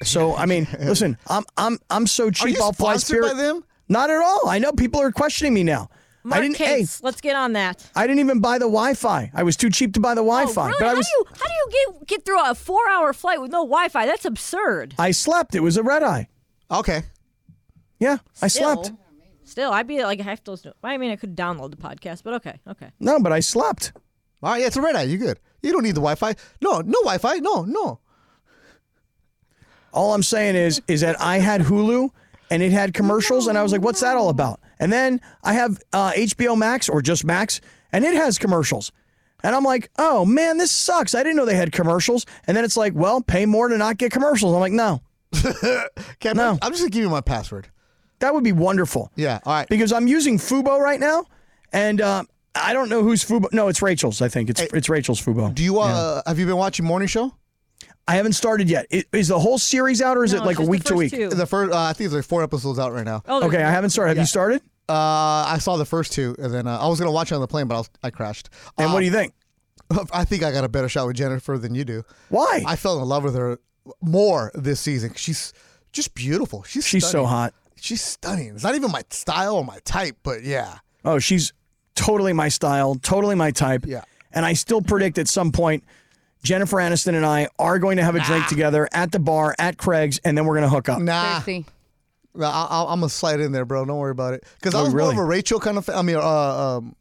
[SPEAKER 2] So I mean, listen, I'm I'm I'm so cheap.
[SPEAKER 3] you
[SPEAKER 2] I'll fly
[SPEAKER 3] sponsored
[SPEAKER 2] spirit.
[SPEAKER 3] by them?
[SPEAKER 2] Not at all. I know people are questioning me now. I
[SPEAKER 4] Mark
[SPEAKER 2] didn't.
[SPEAKER 4] Cates,
[SPEAKER 2] Hey,
[SPEAKER 4] let's get on that.
[SPEAKER 2] I didn't even buy the Wi-Fi. I was too cheap to buy the Wi-Fi.
[SPEAKER 4] Oh, really?
[SPEAKER 2] But I
[SPEAKER 4] how
[SPEAKER 2] was.
[SPEAKER 4] do you how do you get get through a four hour flight with no Wi Fi? That's absurd.
[SPEAKER 2] I slept. It was a red eye.
[SPEAKER 3] Okay,
[SPEAKER 2] Yeah, I
[SPEAKER 4] Still-
[SPEAKER 2] slept.
[SPEAKER 4] Still, I'd be like, I have to. I mean, I could download the podcast, but okay, okay.
[SPEAKER 2] No, but I slept.
[SPEAKER 3] all right, yeah, it's a red eye. You good? You don't need the Wi-Fi. No, no Wi-Fi. No, no.
[SPEAKER 2] All I'm saying is, is that I had Hulu and it had commercials, and I was like, "What's that all about?" And then I have uh, HBO Max or just Max, and it has commercials, and I'm like, "Oh man, this sucks." I didn't know they had commercials. And then it's like, "Well, pay more to not get commercials." I'm like, "No,
[SPEAKER 3] Can't
[SPEAKER 2] No.
[SPEAKER 3] I'm just gonna give you my password.
[SPEAKER 2] that would be wonderful."
[SPEAKER 3] Yeah, all right.
[SPEAKER 2] Because I'm using Fubo right now, and uh, I don't know who's Fubo. No, it's Rachel's. I think it's it's Rachel's Fubo.
[SPEAKER 3] Do you uh, have you been watching morning show?
[SPEAKER 2] I haven't started yet. I- Is the whole series out, or is
[SPEAKER 4] No,
[SPEAKER 2] it like a
[SPEAKER 4] just the
[SPEAKER 2] week to
[SPEAKER 4] first
[SPEAKER 2] week?
[SPEAKER 4] two.
[SPEAKER 3] The first, uh, I think there's like four episodes out right now.
[SPEAKER 4] Oh, there's
[SPEAKER 2] Okay, I haven't started. Have you started?
[SPEAKER 3] Uh, I saw the first two, and then uh, I was gonna watch it on the plane, but I, was, I crashed. Um,
[SPEAKER 2] And what do you think?
[SPEAKER 3] I think I got a better shot with Jennifer than you do.
[SPEAKER 2] Why?
[SPEAKER 3] I fell in love with her more this season. She's just beautiful. She's
[SPEAKER 2] She's so
[SPEAKER 3] stunning.
[SPEAKER 2] hot.
[SPEAKER 3] She's stunning. It's not even my style or my type, but yeah.
[SPEAKER 2] Oh, she's totally my style, totally my type.
[SPEAKER 3] Yeah.
[SPEAKER 2] And I still predict at some point Jennifer Aniston and I are going to have a drink together at the bar at Craig's, and then we're going to hook up.
[SPEAKER 3] Nah,
[SPEAKER 5] Thirsty.
[SPEAKER 3] Nah, I, I, I'm gonna slide in there, bro. Don't worry about it. Because I
[SPEAKER 2] Oh,
[SPEAKER 3] was
[SPEAKER 2] really?
[SPEAKER 3] more of a Rachel kind of. Fan. I mean, uh, um,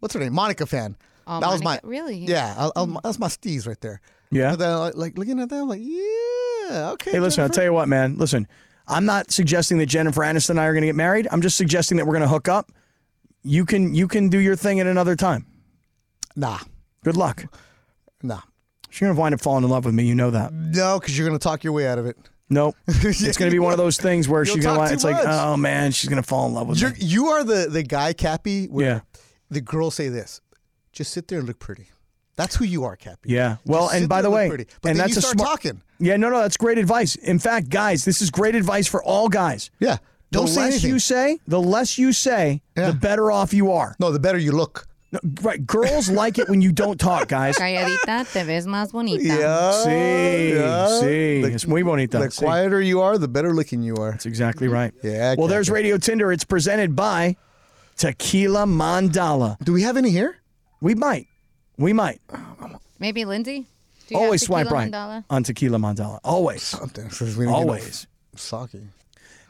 [SPEAKER 3] what's her name? Monica fan.
[SPEAKER 5] Oh,
[SPEAKER 3] that was my
[SPEAKER 5] Monica- really? Mm.
[SPEAKER 3] Yeah, I, I, that's my steez right there.
[SPEAKER 2] Yeah?
[SPEAKER 3] But then, like, like, looking at that, I'm like, yeah, okay.
[SPEAKER 2] Hey, listen, I'll tell you what, man. Listen, I'm not suggesting that Jennifer Aniston and I are going to get married. I'm just suggesting that we're going to hook up. You can you can do your thing at another time.
[SPEAKER 3] Nah,
[SPEAKER 2] Good luck.
[SPEAKER 3] nah,
[SPEAKER 2] She's going to wind up falling in love with me. You know that.
[SPEAKER 3] no, because you're gonna talk your way out of it.
[SPEAKER 2] Nope. It's going to be one of those things where she's going
[SPEAKER 3] talk
[SPEAKER 2] to.
[SPEAKER 3] too
[SPEAKER 2] It's like,
[SPEAKER 3] much.
[SPEAKER 2] oh man, she's going to fall in love with
[SPEAKER 3] You're,
[SPEAKER 2] me.
[SPEAKER 3] you are the the guy, Cappy. Where
[SPEAKER 2] Yeah.
[SPEAKER 3] The girls say this: just sit there and look pretty. That's who you are, Cappy.
[SPEAKER 2] Yeah.
[SPEAKER 3] Just
[SPEAKER 2] Well,
[SPEAKER 3] sit
[SPEAKER 2] and by
[SPEAKER 3] there
[SPEAKER 2] the
[SPEAKER 3] look
[SPEAKER 2] way,
[SPEAKER 3] pretty. but
[SPEAKER 2] and
[SPEAKER 3] then
[SPEAKER 2] that's
[SPEAKER 3] you
[SPEAKER 2] a
[SPEAKER 3] start
[SPEAKER 2] smart
[SPEAKER 3] talking.
[SPEAKER 2] Yeah, no, no, that's great advice. In fact, guys, this is great advice for all guys.
[SPEAKER 3] Yeah. Don't
[SPEAKER 2] the
[SPEAKER 3] say
[SPEAKER 2] less
[SPEAKER 3] anything.
[SPEAKER 2] you say, the less you say,
[SPEAKER 3] Yeah.
[SPEAKER 2] the better off you are.
[SPEAKER 3] no, the better you look.
[SPEAKER 2] No, right? Girls like it when you don't talk, guys.
[SPEAKER 5] Calladita, te ves más bonita.
[SPEAKER 2] See, see,
[SPEAKER 3] The,
[SPEAKER 2] it's muy bonita.
[SPEAKER 3] the
[SPEAKER 2] See.
[SPEAKER 3] quieter you are, the better looking you are.
[SPEAKER 2] That's exactly right.
[SPEAKER 3] Yeah, I
[SPEAKER 2] Well,
[SPEAKER 3] got
[SPEAKER 2] there's
[SPEAKER 3] it.
[SPEAKER 2] Radio Tinder. It's presented by Tequila Mandala.
[SPEAKER 3] Do we have any here?
[SPEAKER 2] We might, we might
[SPEAKER 5] Maybe Lindsay. Do you
[SPEAKER 2] always
[SPEAKER 5] have
[SPEAKER 2] swipe
[SPEAKER 5] tequila
[SPEAKER 2] right
[SPEAKER 5] mandala?
[SPEAKER 2] on Tequila Mandala. Always,
[SPEAKER 3] Something. Since we didn't get no
[SPEAKER 2] always.
[SPEAKER 3] sake.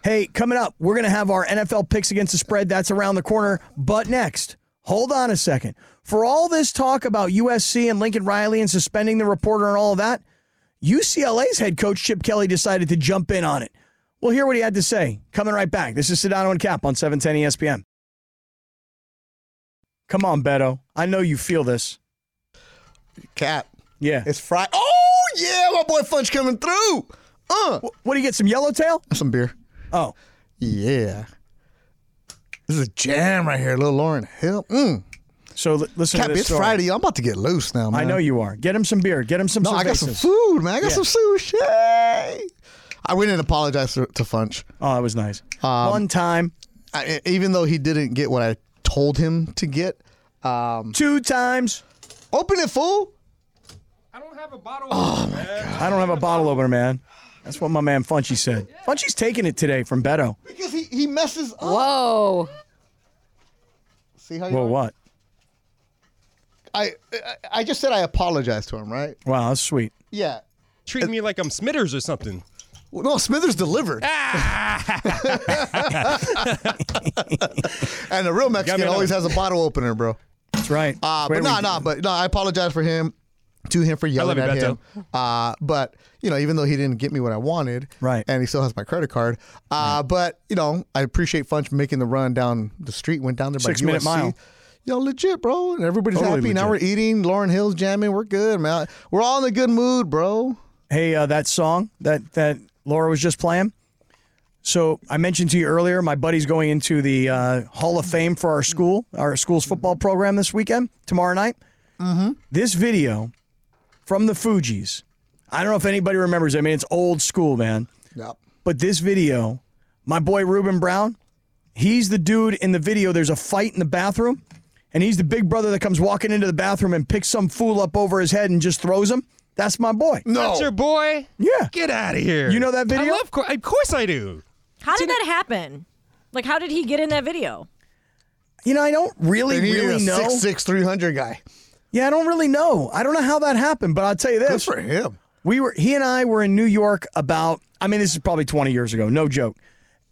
[SPEAKER 2] Hey, coming up, we're going to have our NFL picks against the spread. That's around the corner. But next, hold on a second. For all this talk about USC and Lincoln Riley and suspending the reporter and all of that, UCLA's head coach Chip Kelly decided to jump in on it. We'll hear what he had to say. Coming right back. This is Sedano and Cap on E 710 ESPN. Come on, Beto. I know you feel this.
[SPEAKER 3] Cap.
[SPEAKER 2] Yeah.
[SPEAKER 3] It's Friday. Oh yeah, my boy Funch coming through. Uh,
[SPEAKER 2] What do you get? Some yellowtail?
[SPEAKER 3] some beer.
[SPEAKER 2] Oh,
[SPEAKER 3] Yeah. This is a jam right here, little Lauren Hill. Mm.
[SPEAKER 2] so l- listen
[SPEAKER 3] Cap,
[SPEAKER 2] to this.
[SPEAKER 3] it's
[SPEAKER 2] story.
[SPEAKER 3] Friday. I'm about to get loose now, man.
[SPEAKER 2] I know you are. Get him some beer. Get him some
[SPEAKER 3] No, I got some
[SPEAKER 2] cervezas.
[SPEAKER 3] food, man. I got
[SPEAKER 2] Yeah.
[SPEAKER 3] some sushi. I went and apologized to, to Funch,
[SPEAKER 2] Oh, that was nice.
[SPEAKER 3] Um,
[SPEAKER 2] One time,
[SPEAKER 3] I, e, even though he didn't get what I told him to get. Um,
[SPEAKER 2] two times.
[SPEAKER 3] open it, fool.
[SPEAKER 7] I don't have a bottle. Oh my god.
[SPEAKER 2] I don't have a bottle opener, man. That's what my man Funchy said. Funchy's taking it today from Beto.
[SPEAKER 3] Because he, he messes up.
[SPEAKER 5] Whoa.
[SPEAKER 3] See how you?
[SPEAKER 2] Well,
[SPEAKER 3] are?
[SPEAKER 2] what?
[SPEAKER 3] I, I I just said I apologized to him, right?
[SPEAKER 2] Wow, that's sweet.
[SPEAKER 3] Yeah.
[SPEAKER 7] Treat me like I'm Smitters or something.
[SPEAKER 3] Well, no, Smithers delivered. and the real Mexican
[SPEAKER 7] another
[SPEAKER 3] always has a bottle opener, bro.
[SPEAKER 2] That's right.
[SPEAKER 3] Uh,
[SPEAKER 2] Where
[SPEAKER 3] but
[SPEAKER 2] we-
[SPEAKER 3] no, no, but no, I apologize for him. to him for
[SPEAKER 7] love
[SPEAKER 3] yelling
[SPEAKER 7] you,
[SPEAKER 3] at
[SPEAKER 7] Beto.
[SPEAKER 3] him. Uh, but you know, even though he didn't get me what I wanted,
[SPEAKER 2] Right.
[SPEAKER 3] and he still has my credit card. Uh, but you know, I appreciate Funch making the run down the street, went down there
[SPEAKER 2] Six
[SPEAKER 3] by
[SPEAKER 2] minute
[SPEAKER 3] USC.
[SPEAKER 2] mile.
[SPEAKER 3] Yo, legit, bro, and everybody's
[SPEAKER 2] Totally
[SPEAKER 3] happy. Now we're
[SPEAKER 2] legit.
[SPEAKER 3] eating. Lauren Hill's jamming. We're good, man. We're all in a good mood, bro.
[SPEAKER 2] Hey, uh, that song that that Laura was just playing. So I mentioned to you earlier, my buddy's going into the uh, Hall of Fame for our school, our school's football program this weekend, tomorrow night.
[SPEAKER 3] Mm-hmm.
[SPEAKER 2] This video from the Fugees. I don't know if anybody remembers. I mean, it's old school, man.
[SPEAKER 3] Yep.
[SPEAKER 2] But this video, my boy Ruben Brown, he's the dude in the video. There's a fight in the bathroom, and he's the big brother that comes walking into the bathroom and picks some fool up over his head and just throws him. That's my boy.
[SPEAKER 7] That's your boy.
[SPEAKER 2] Yeah.
[SPEAKER 7] Get out of here.
[SPEAKER 2] You know that video?
[SPEAKER 7] I love. Cor- of course I do.
[SPEAKER 4] How did that happen? Like, how did he get in that video?
[SPEAKER 2] You know, I don't really,
[SPEAKER 3] They needed
[SPEAKER 2] really
[SPEAKER 3] a
[SPEAKER 2] know.
[SPEAKER 3] six six three hundred guy.
[SPEAKER 2] Yeah, I don't really know. I don't know how that happened, but I'll tell you
[SPEAKER 3] Good
[SPEAKER 2] this.
[SPEAKER 3] for him.
[SPEAKER 2] We were he and I were in New York about I mean this is probably 20 years ago, no joke.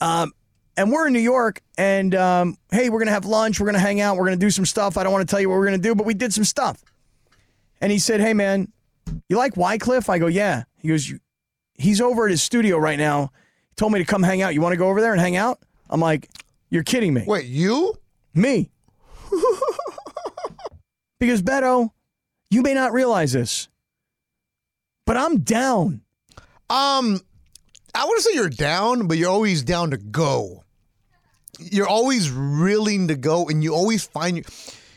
[SPEAKER 2] Um, and we're in New York and um, hey, we're going to have lunch, we're going to hang out, we're going to do some stuff. I don't want to tell you what we're going to do, but we did some stuff. And he said, "Hey man, you like Wycliffe?" I go, "Yeah." He goes, "You- "He's over at his studio right now. He told me to come hang out. You want to go over there and hang out?" I'm like, "You're kidding me."
[SPEAKER 3] Wait, you?
[SPEAKER 2] Me. because, Beto, you may not realize this, but I'm down.
[SPEAKER 3] Um, I wouldn't say you're down, but you're always down to go. You're always willing to go, and you always find you.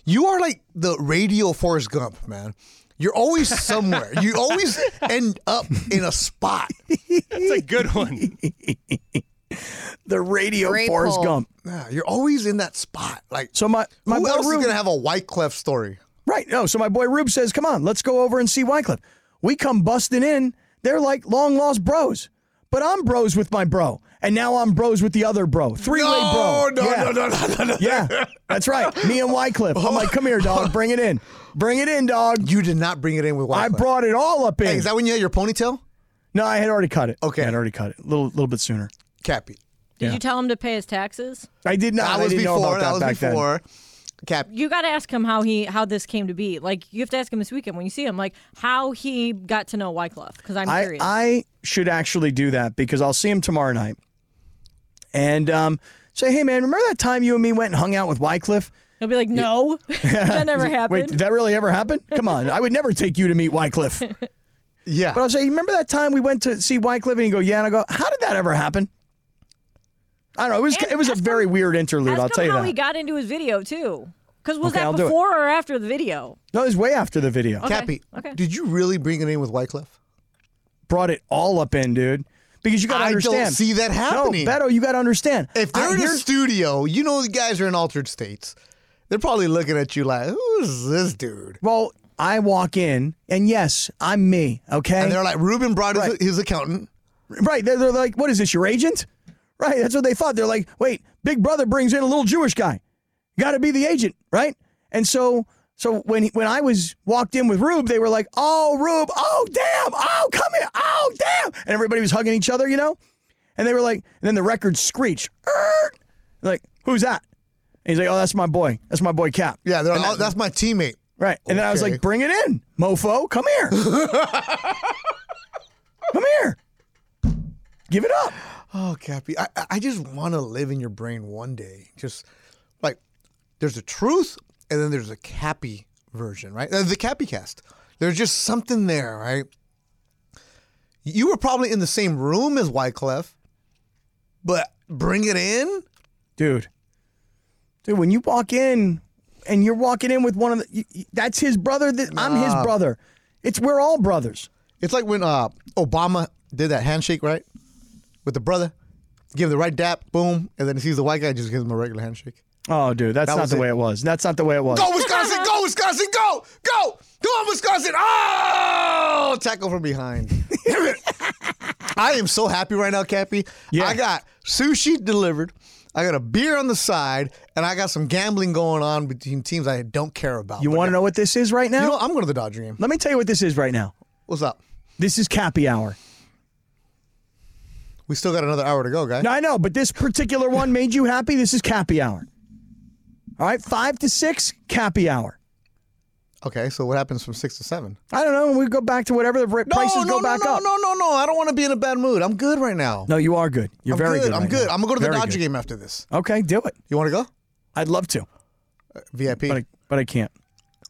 [SPEAKER 3] You are like the radio Forrest Gump, man. You're always somewhere. you always end up in a spot.
[SPEAKER 7] That's a good one.
[SPEAKER 2] The radio
[SPEAKER 5] Great
[SPEAKER 2] Forrest
[SPEAKER 5] poll.
[SPEAKER 2] Gump.
[SPEAKER 3] Yeah, you're always in that spot. Like,
[SPEAKER 2] So my, my
[SPEAKER 3] who
[SPEAKER 2] boy
[SPEAKER 3] else
[SPEAKER 2] Rube,
[SPEAKER 3] is gonna have a White Clef story?
[SPEAKER 2] right? No, so my boy Rube says, "Come on, let's go over and see Wycliffe." We come busting in. They're like long lost bros, but I'm bros with my bro, and now I'm bros with the other bro, three way
[SPEAKER 3] No,
[SPEAKER 2] bro.
[SPEAKER 3] no,
[SPEAKER 2] yeah.
[SPEAKER 3] no, no, no, no, no.
[SPEAKER 2] Yeah, that's right. Me and Wycliffe. I'm like, come here, dog. Bring it in. Bring it in, dog.
[SPEAKER 3] You did not bring it in with White
[SPEAKER 2] I
[SPEAKER 3] Clef.
[SPEAKER 2] brought it all up in.
[SPEAKER 3] Hey, is that when you had your ponytail?
[SPEAKER 2] No, I had already cut it.
[SPEAKER 3] Okay.
[SPEAKER 2] Yeah, I'd already cut it a little, little bit sooner.
[SPEAKER 3] Cappy.
[SPEAKER 4] Did
[SPEAKER 2] Yeah.
[SPEAKER 4] you tell him to pay his taxes?
[SPEAKER 2] I did not.
[SPEAKER 3] That
[SPEAKER 2] I
[SPEAKER 3] was
[SPEAKER 2] didn't know
[SPEAKER 3] before.
[SPEAKER 2] about that,
[SPEAKER 3] That was
[SPEAKER 2] back
[SPEAKER 3] before. Cappy.
[SPEAKER 4] You got to ask him how he how this came to be. Like, you have to ask him this weekend when you see him, like how he got to know Wyclef. Because I'm
[SPEAKER 2] then. I,
[SPEAKER 4] curious.
[SPEAKER 2] I should actually do that because I'll see him tomorrow night and um, say, hey, man, remember that time you and me went and hung out with Wycliffe?
[SPEAKER 4] He'll be like, no, that never happened.
[SPEAKER 2] Wait, did that really ever happen? Come on. I would never take you to meet Wycliffe. But
[SPEAKER 3] Yeah.
[SPEAKER 2] I'll say, you remember that time we went to see Wycliffe? And he'd go, yeah. And I go, how did that ever happen? I don't know. It was,
[SPEAKER 4] And
[SPEAKER 2] it was a
[SPEAKER 4] ask him-
[SPEAKER 2] very weird interlude,
[SPEAKER 4] ask
[SPEAKER 2] I'll
[SPEAKER 4] him
[SPEAKER 2] tell you
[SPEAKER 4] how
[SPEAKER 2] that.
[SPEAKER 4] he got into his video too. Because was
[SPEAKER 2] Okay,
[SPEAKER 4] that
[SPEAKER 2] I'll do it.
[SPEAKER 4] before or after the video?
[SPEAKER 2] no, it was way after the video.
[SPEAKER 4] Oh.
[SPEAKER 3] Cappy.
[SPEAKER 4] okay.
[SPEAKER 3] Did you really bring it in with White Clef?
[SPEAKER 2] brought it all up in, dude. Because you got to
[SPEAKER 3] I don't
[SPEAKER 2] understand.
[SPEAKER 3] see that happening.
[SPEAKER 2] No, Beto, you got to understand.
[SPEAKER 3] If they're
[SPEAKER 2] I-
[SPEAKER 3] in a
[SPEAKER 2] here's-
[SPEAKER 3] studio, you know the guys are in altered states. They're probably looking at you like, "Who's this dude?"
[SPEAKER 2] well, I walk in, and yes, I'm me. Okay,
[SPEAKER 3] And they're like, "Ruben brought his,
[SPEAKER 2] Right.
[SPEAKER 3] his accountant."
[SPEAKER 2] right? They're, they're like, "What is this? Your agent?" Right? That's what they thought. They're like, "Wait, Big Brother brings in a little Jewish guy. Got to be the agent, right?" And so, so when he, when I was walked in with Rube, they were like, "Oh, Rube! Oh, damn! Oh, come here! Oh, damn!" And everybody was hugging each other, you know. And they were like, and then the record screeched. "Err!" Like, who's that? And he's like, "Oh, that's my boy. That's my boy Cap."
[SPEAKER 3] Yeah, they're like, oh, "That's my teammate."
[SPEAKER 2] Right. And then I was
[SPEAKER 3] Okay.
[SPEAKER 2] like, bring it in, mofo. Come here. come here. Give it up.
[SPEAKER 3] Oh, Cappy, I, I- I just want to live in your brain one day. Just like there's the truth, and then there's a Cappy version, right? Uh, The Cappy cast. There's just something there, right? You were probably in the same room as Wyclef, but bring it in.
[SPEAKER 2] Dude. Dude, when you walk in and you're walking in with one of the, you- you- that's his brother. That, I'm his brother. It's, we're all brothers.
[SPEAKER 3] It's like when uh, Obama did that handshake, right? With the brother, give him the right dap, boom, and then he sees the white guy, just gives him a regular handshake.
[SPEAKER 2] Oh, dude, that's
[SPEAKER 3] That
[SPEAKER 2] not
[SPEAKER 3] was
[SPEAKER 2] the
[SPEAKER 3] it.
[SPEAKER 2] way it was. That's not the way it was.
[SPEAKER 3] Go Wisconsin, go Wisconsin, go, go, come on Wisconsin! Oh, tackle from behind. Damn it. I am so happy right now, Cappy.
[SPEAKER 2] Yeah.
[SPEAKER 3] I got sushi delivered. I got a beer on the side, and I got some gambling going on between teams I don't care about.
[SPEAKER 2] You
[SPEAKER 3] But
[SPEAKER 2] want to know what this is right now?
[SPEAKER 3] You know, I'm going to the Dodger game.
[SPEAKER 2] Let me tell you what this is right now.
[SPEAKER 3] What's up?
[SPEAKER 2] This is Cappy Hour.
[SPEAKER 3] We still got another hour to go, guys.
[SPEAKER 2] No, I know, but this particular one made you happy. This is Cappy Hour. All right, five to six, Cappy Hour.
[SPEAKER 3] Okay, so what happens from six to seven?
[SPEAKER 2] I don't know. We go back to whatever the ra- prices
[SPEAKER 3] no,
[SPEAKER 2] go back
[SPEAKER 3] no,
[SPEAKER 2] up.
[SPEAKER 3] no, no, no! I don't want to be in a bad mood. I'm good right now.
[SPEAKER 2] No, you are good. You're
[SPEAKER 3] I'm
[SPEAKER 2] very good.
[SPEAKER 3] I'm
[SPEAKER 2] right
[SPEAKER 3] good.
[SPEAKER 2] now.
[SPEAKER 3] I'm gonna go to the
[SPEAKER 2] Very
[SPEAKER 3] Dodger
[SPEAKER 2] good. Uh,
[SPEAKER 3] game after this.
[SPEAKER 2] Okay, do it.
[SPEAKER 3] You want to go?
[SPEAKER 2] I'd love to,
[SPEAKER 3] VIP.
[SPEAKER 2] but I, but I can't.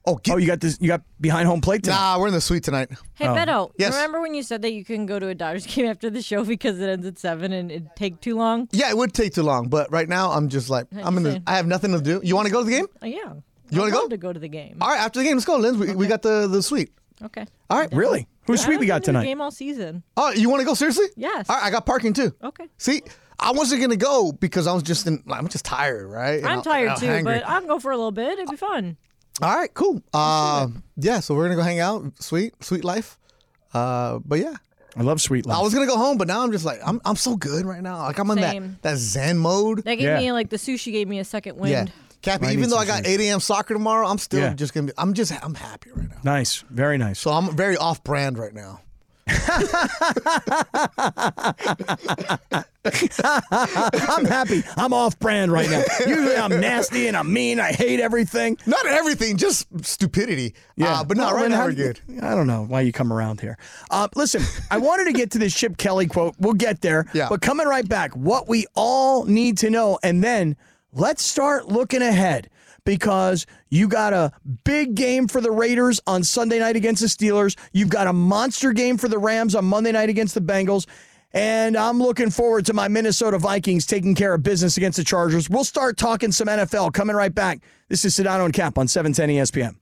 [SPEAKER 3] oh, get,
[SPEAKER 2] Oh, you got this. You got behind home plate tonight.
[SPEAKER 3] nah, we're in the suite tonight.
[SPEAKER 4] Hey,
[SPEAKER 2] Um,
[SPEAKER 4] Beto,
[SPEAKER 3] Yes.
[SPEAKER 4] remember when you said that you couldn't go to a Dodgers game after the show because it ends at 7 and it'd take too long?
[SPEAKER 3] Yeah, it would take too long, but right now I'm just like I'm in. The,
[SPEAKER 4] understand.
[SPEAKER 3] I have nothing to do. You want to go to the game?
[SPEAKER 4] Oh,
[SPEAKER 2] Uh,
[SPEAKER 4] yeah.
[SPEAKER 3] You wanna
[SPEAKER 4] I'd
[SPEAKER 3] go?
[SPEAKER 4] love to go to the game.
[SPEAKER 3] All right, after the game, let's go, Linz. We, we got the the suite.
[SPEAKER 4] Okay.
[SPEAKER 3] All right,
[SPEAKER 2] Really? Who's
[SPEAKER 4] I
[SPEAKER 2] sweet we
[SPEAKER 4] haven't
[SPEAKER 2] got
[SPEAKER 4] been to a
[SPEAKER 2] tonight?
[SPEAKER 4] game all season.
[SPEAKER 3] Oh, you want to go seriously?
[SPEAKER 4] Yes. Oh.
[SPEAKER 3] All right, I got parking too.
[SPEAKER 4] Okay.
[SPEAKER 3] See, I wasn't gonna go because I was just in. I'm just tired, right? And
[SPEAKER 4] I'm
[SPEAKER 3] I'll-
[SPEAKER 4] tired
[SPEAKER 3] I'll
[SPEAKER 4] too,
[SPEAKER 3] hangry.
[SPEAKER 4] but I'll go for a little bit. It'd be fun.
[SPEAKER 3] All right, cool. Uh, yeah, so we're gonna go hang out. Sweet, sweet life. Uh, but yeah,
[SPEAKER 2] I love sweet
[SPEAKER 3] I
[SPEAKER 2] life.
[SPEAKER 3] was gonna go home, but now I'm just like I'm. I'm so good right now. Like I'm in
[SPEAKER 4] Same.
[SPEAKER 3] that that Zen mode.
[SPEAKER 4] That gave
[SPEAKER 2] Yeah.
[SPEAKER 4] me, like, the sushi gave me a second wind.
[SPEAKER 3] yeah, Cappy.
[SPEAKER 2] I need
[SPEAKER 3] even though
[SPEAKER 2] some
[SPEAKER 3] I got 8 a.m. soccer tomorrow, I'm still
[SPEAKER 2] Yeah.
[SPEAKER 3] just gonna. be I'm just. I'm happy right now.
[SPEAKER 2] nice, very nice.
[SPEAKER 3] So I'm very off brand right now.
[SPEAKER 2] I'm happy. I'm off brand right now. Usually I'm nasty and I'm mean. I hate everything.
[SPEAKER 3] Not everything, just stupidity. Uh, but not
[SPEAKER 2] Well,
[SPEAKER 3] right
[SPEAKER 2] then
[SPEAKER 3] now.
[SPEAKER 2] how
[SPEAKER 3] We're
[SPEAKER 2] do you-
[SPEAKER 3] good.
[SPEAKER 2] I don't know why you come around here. Uh, listen, I wanted to get to this Chip Kelly quote. We'll get there.
[SPEAKER 3] Yeah.
[SPEAKER 2] But coming right back, what we all need to know, and then let's start looking ahead because you got a big game for the Raiders on Sunday night against the Steelers. You've got a monster game for the Rams on Monday night against the Bengals. And I'm looking forward to my Minnesota Vikings taking care of business against the Chargers. We'll start talking some NFL coming right back. This is Sedano and Cap on E 710 ESPN.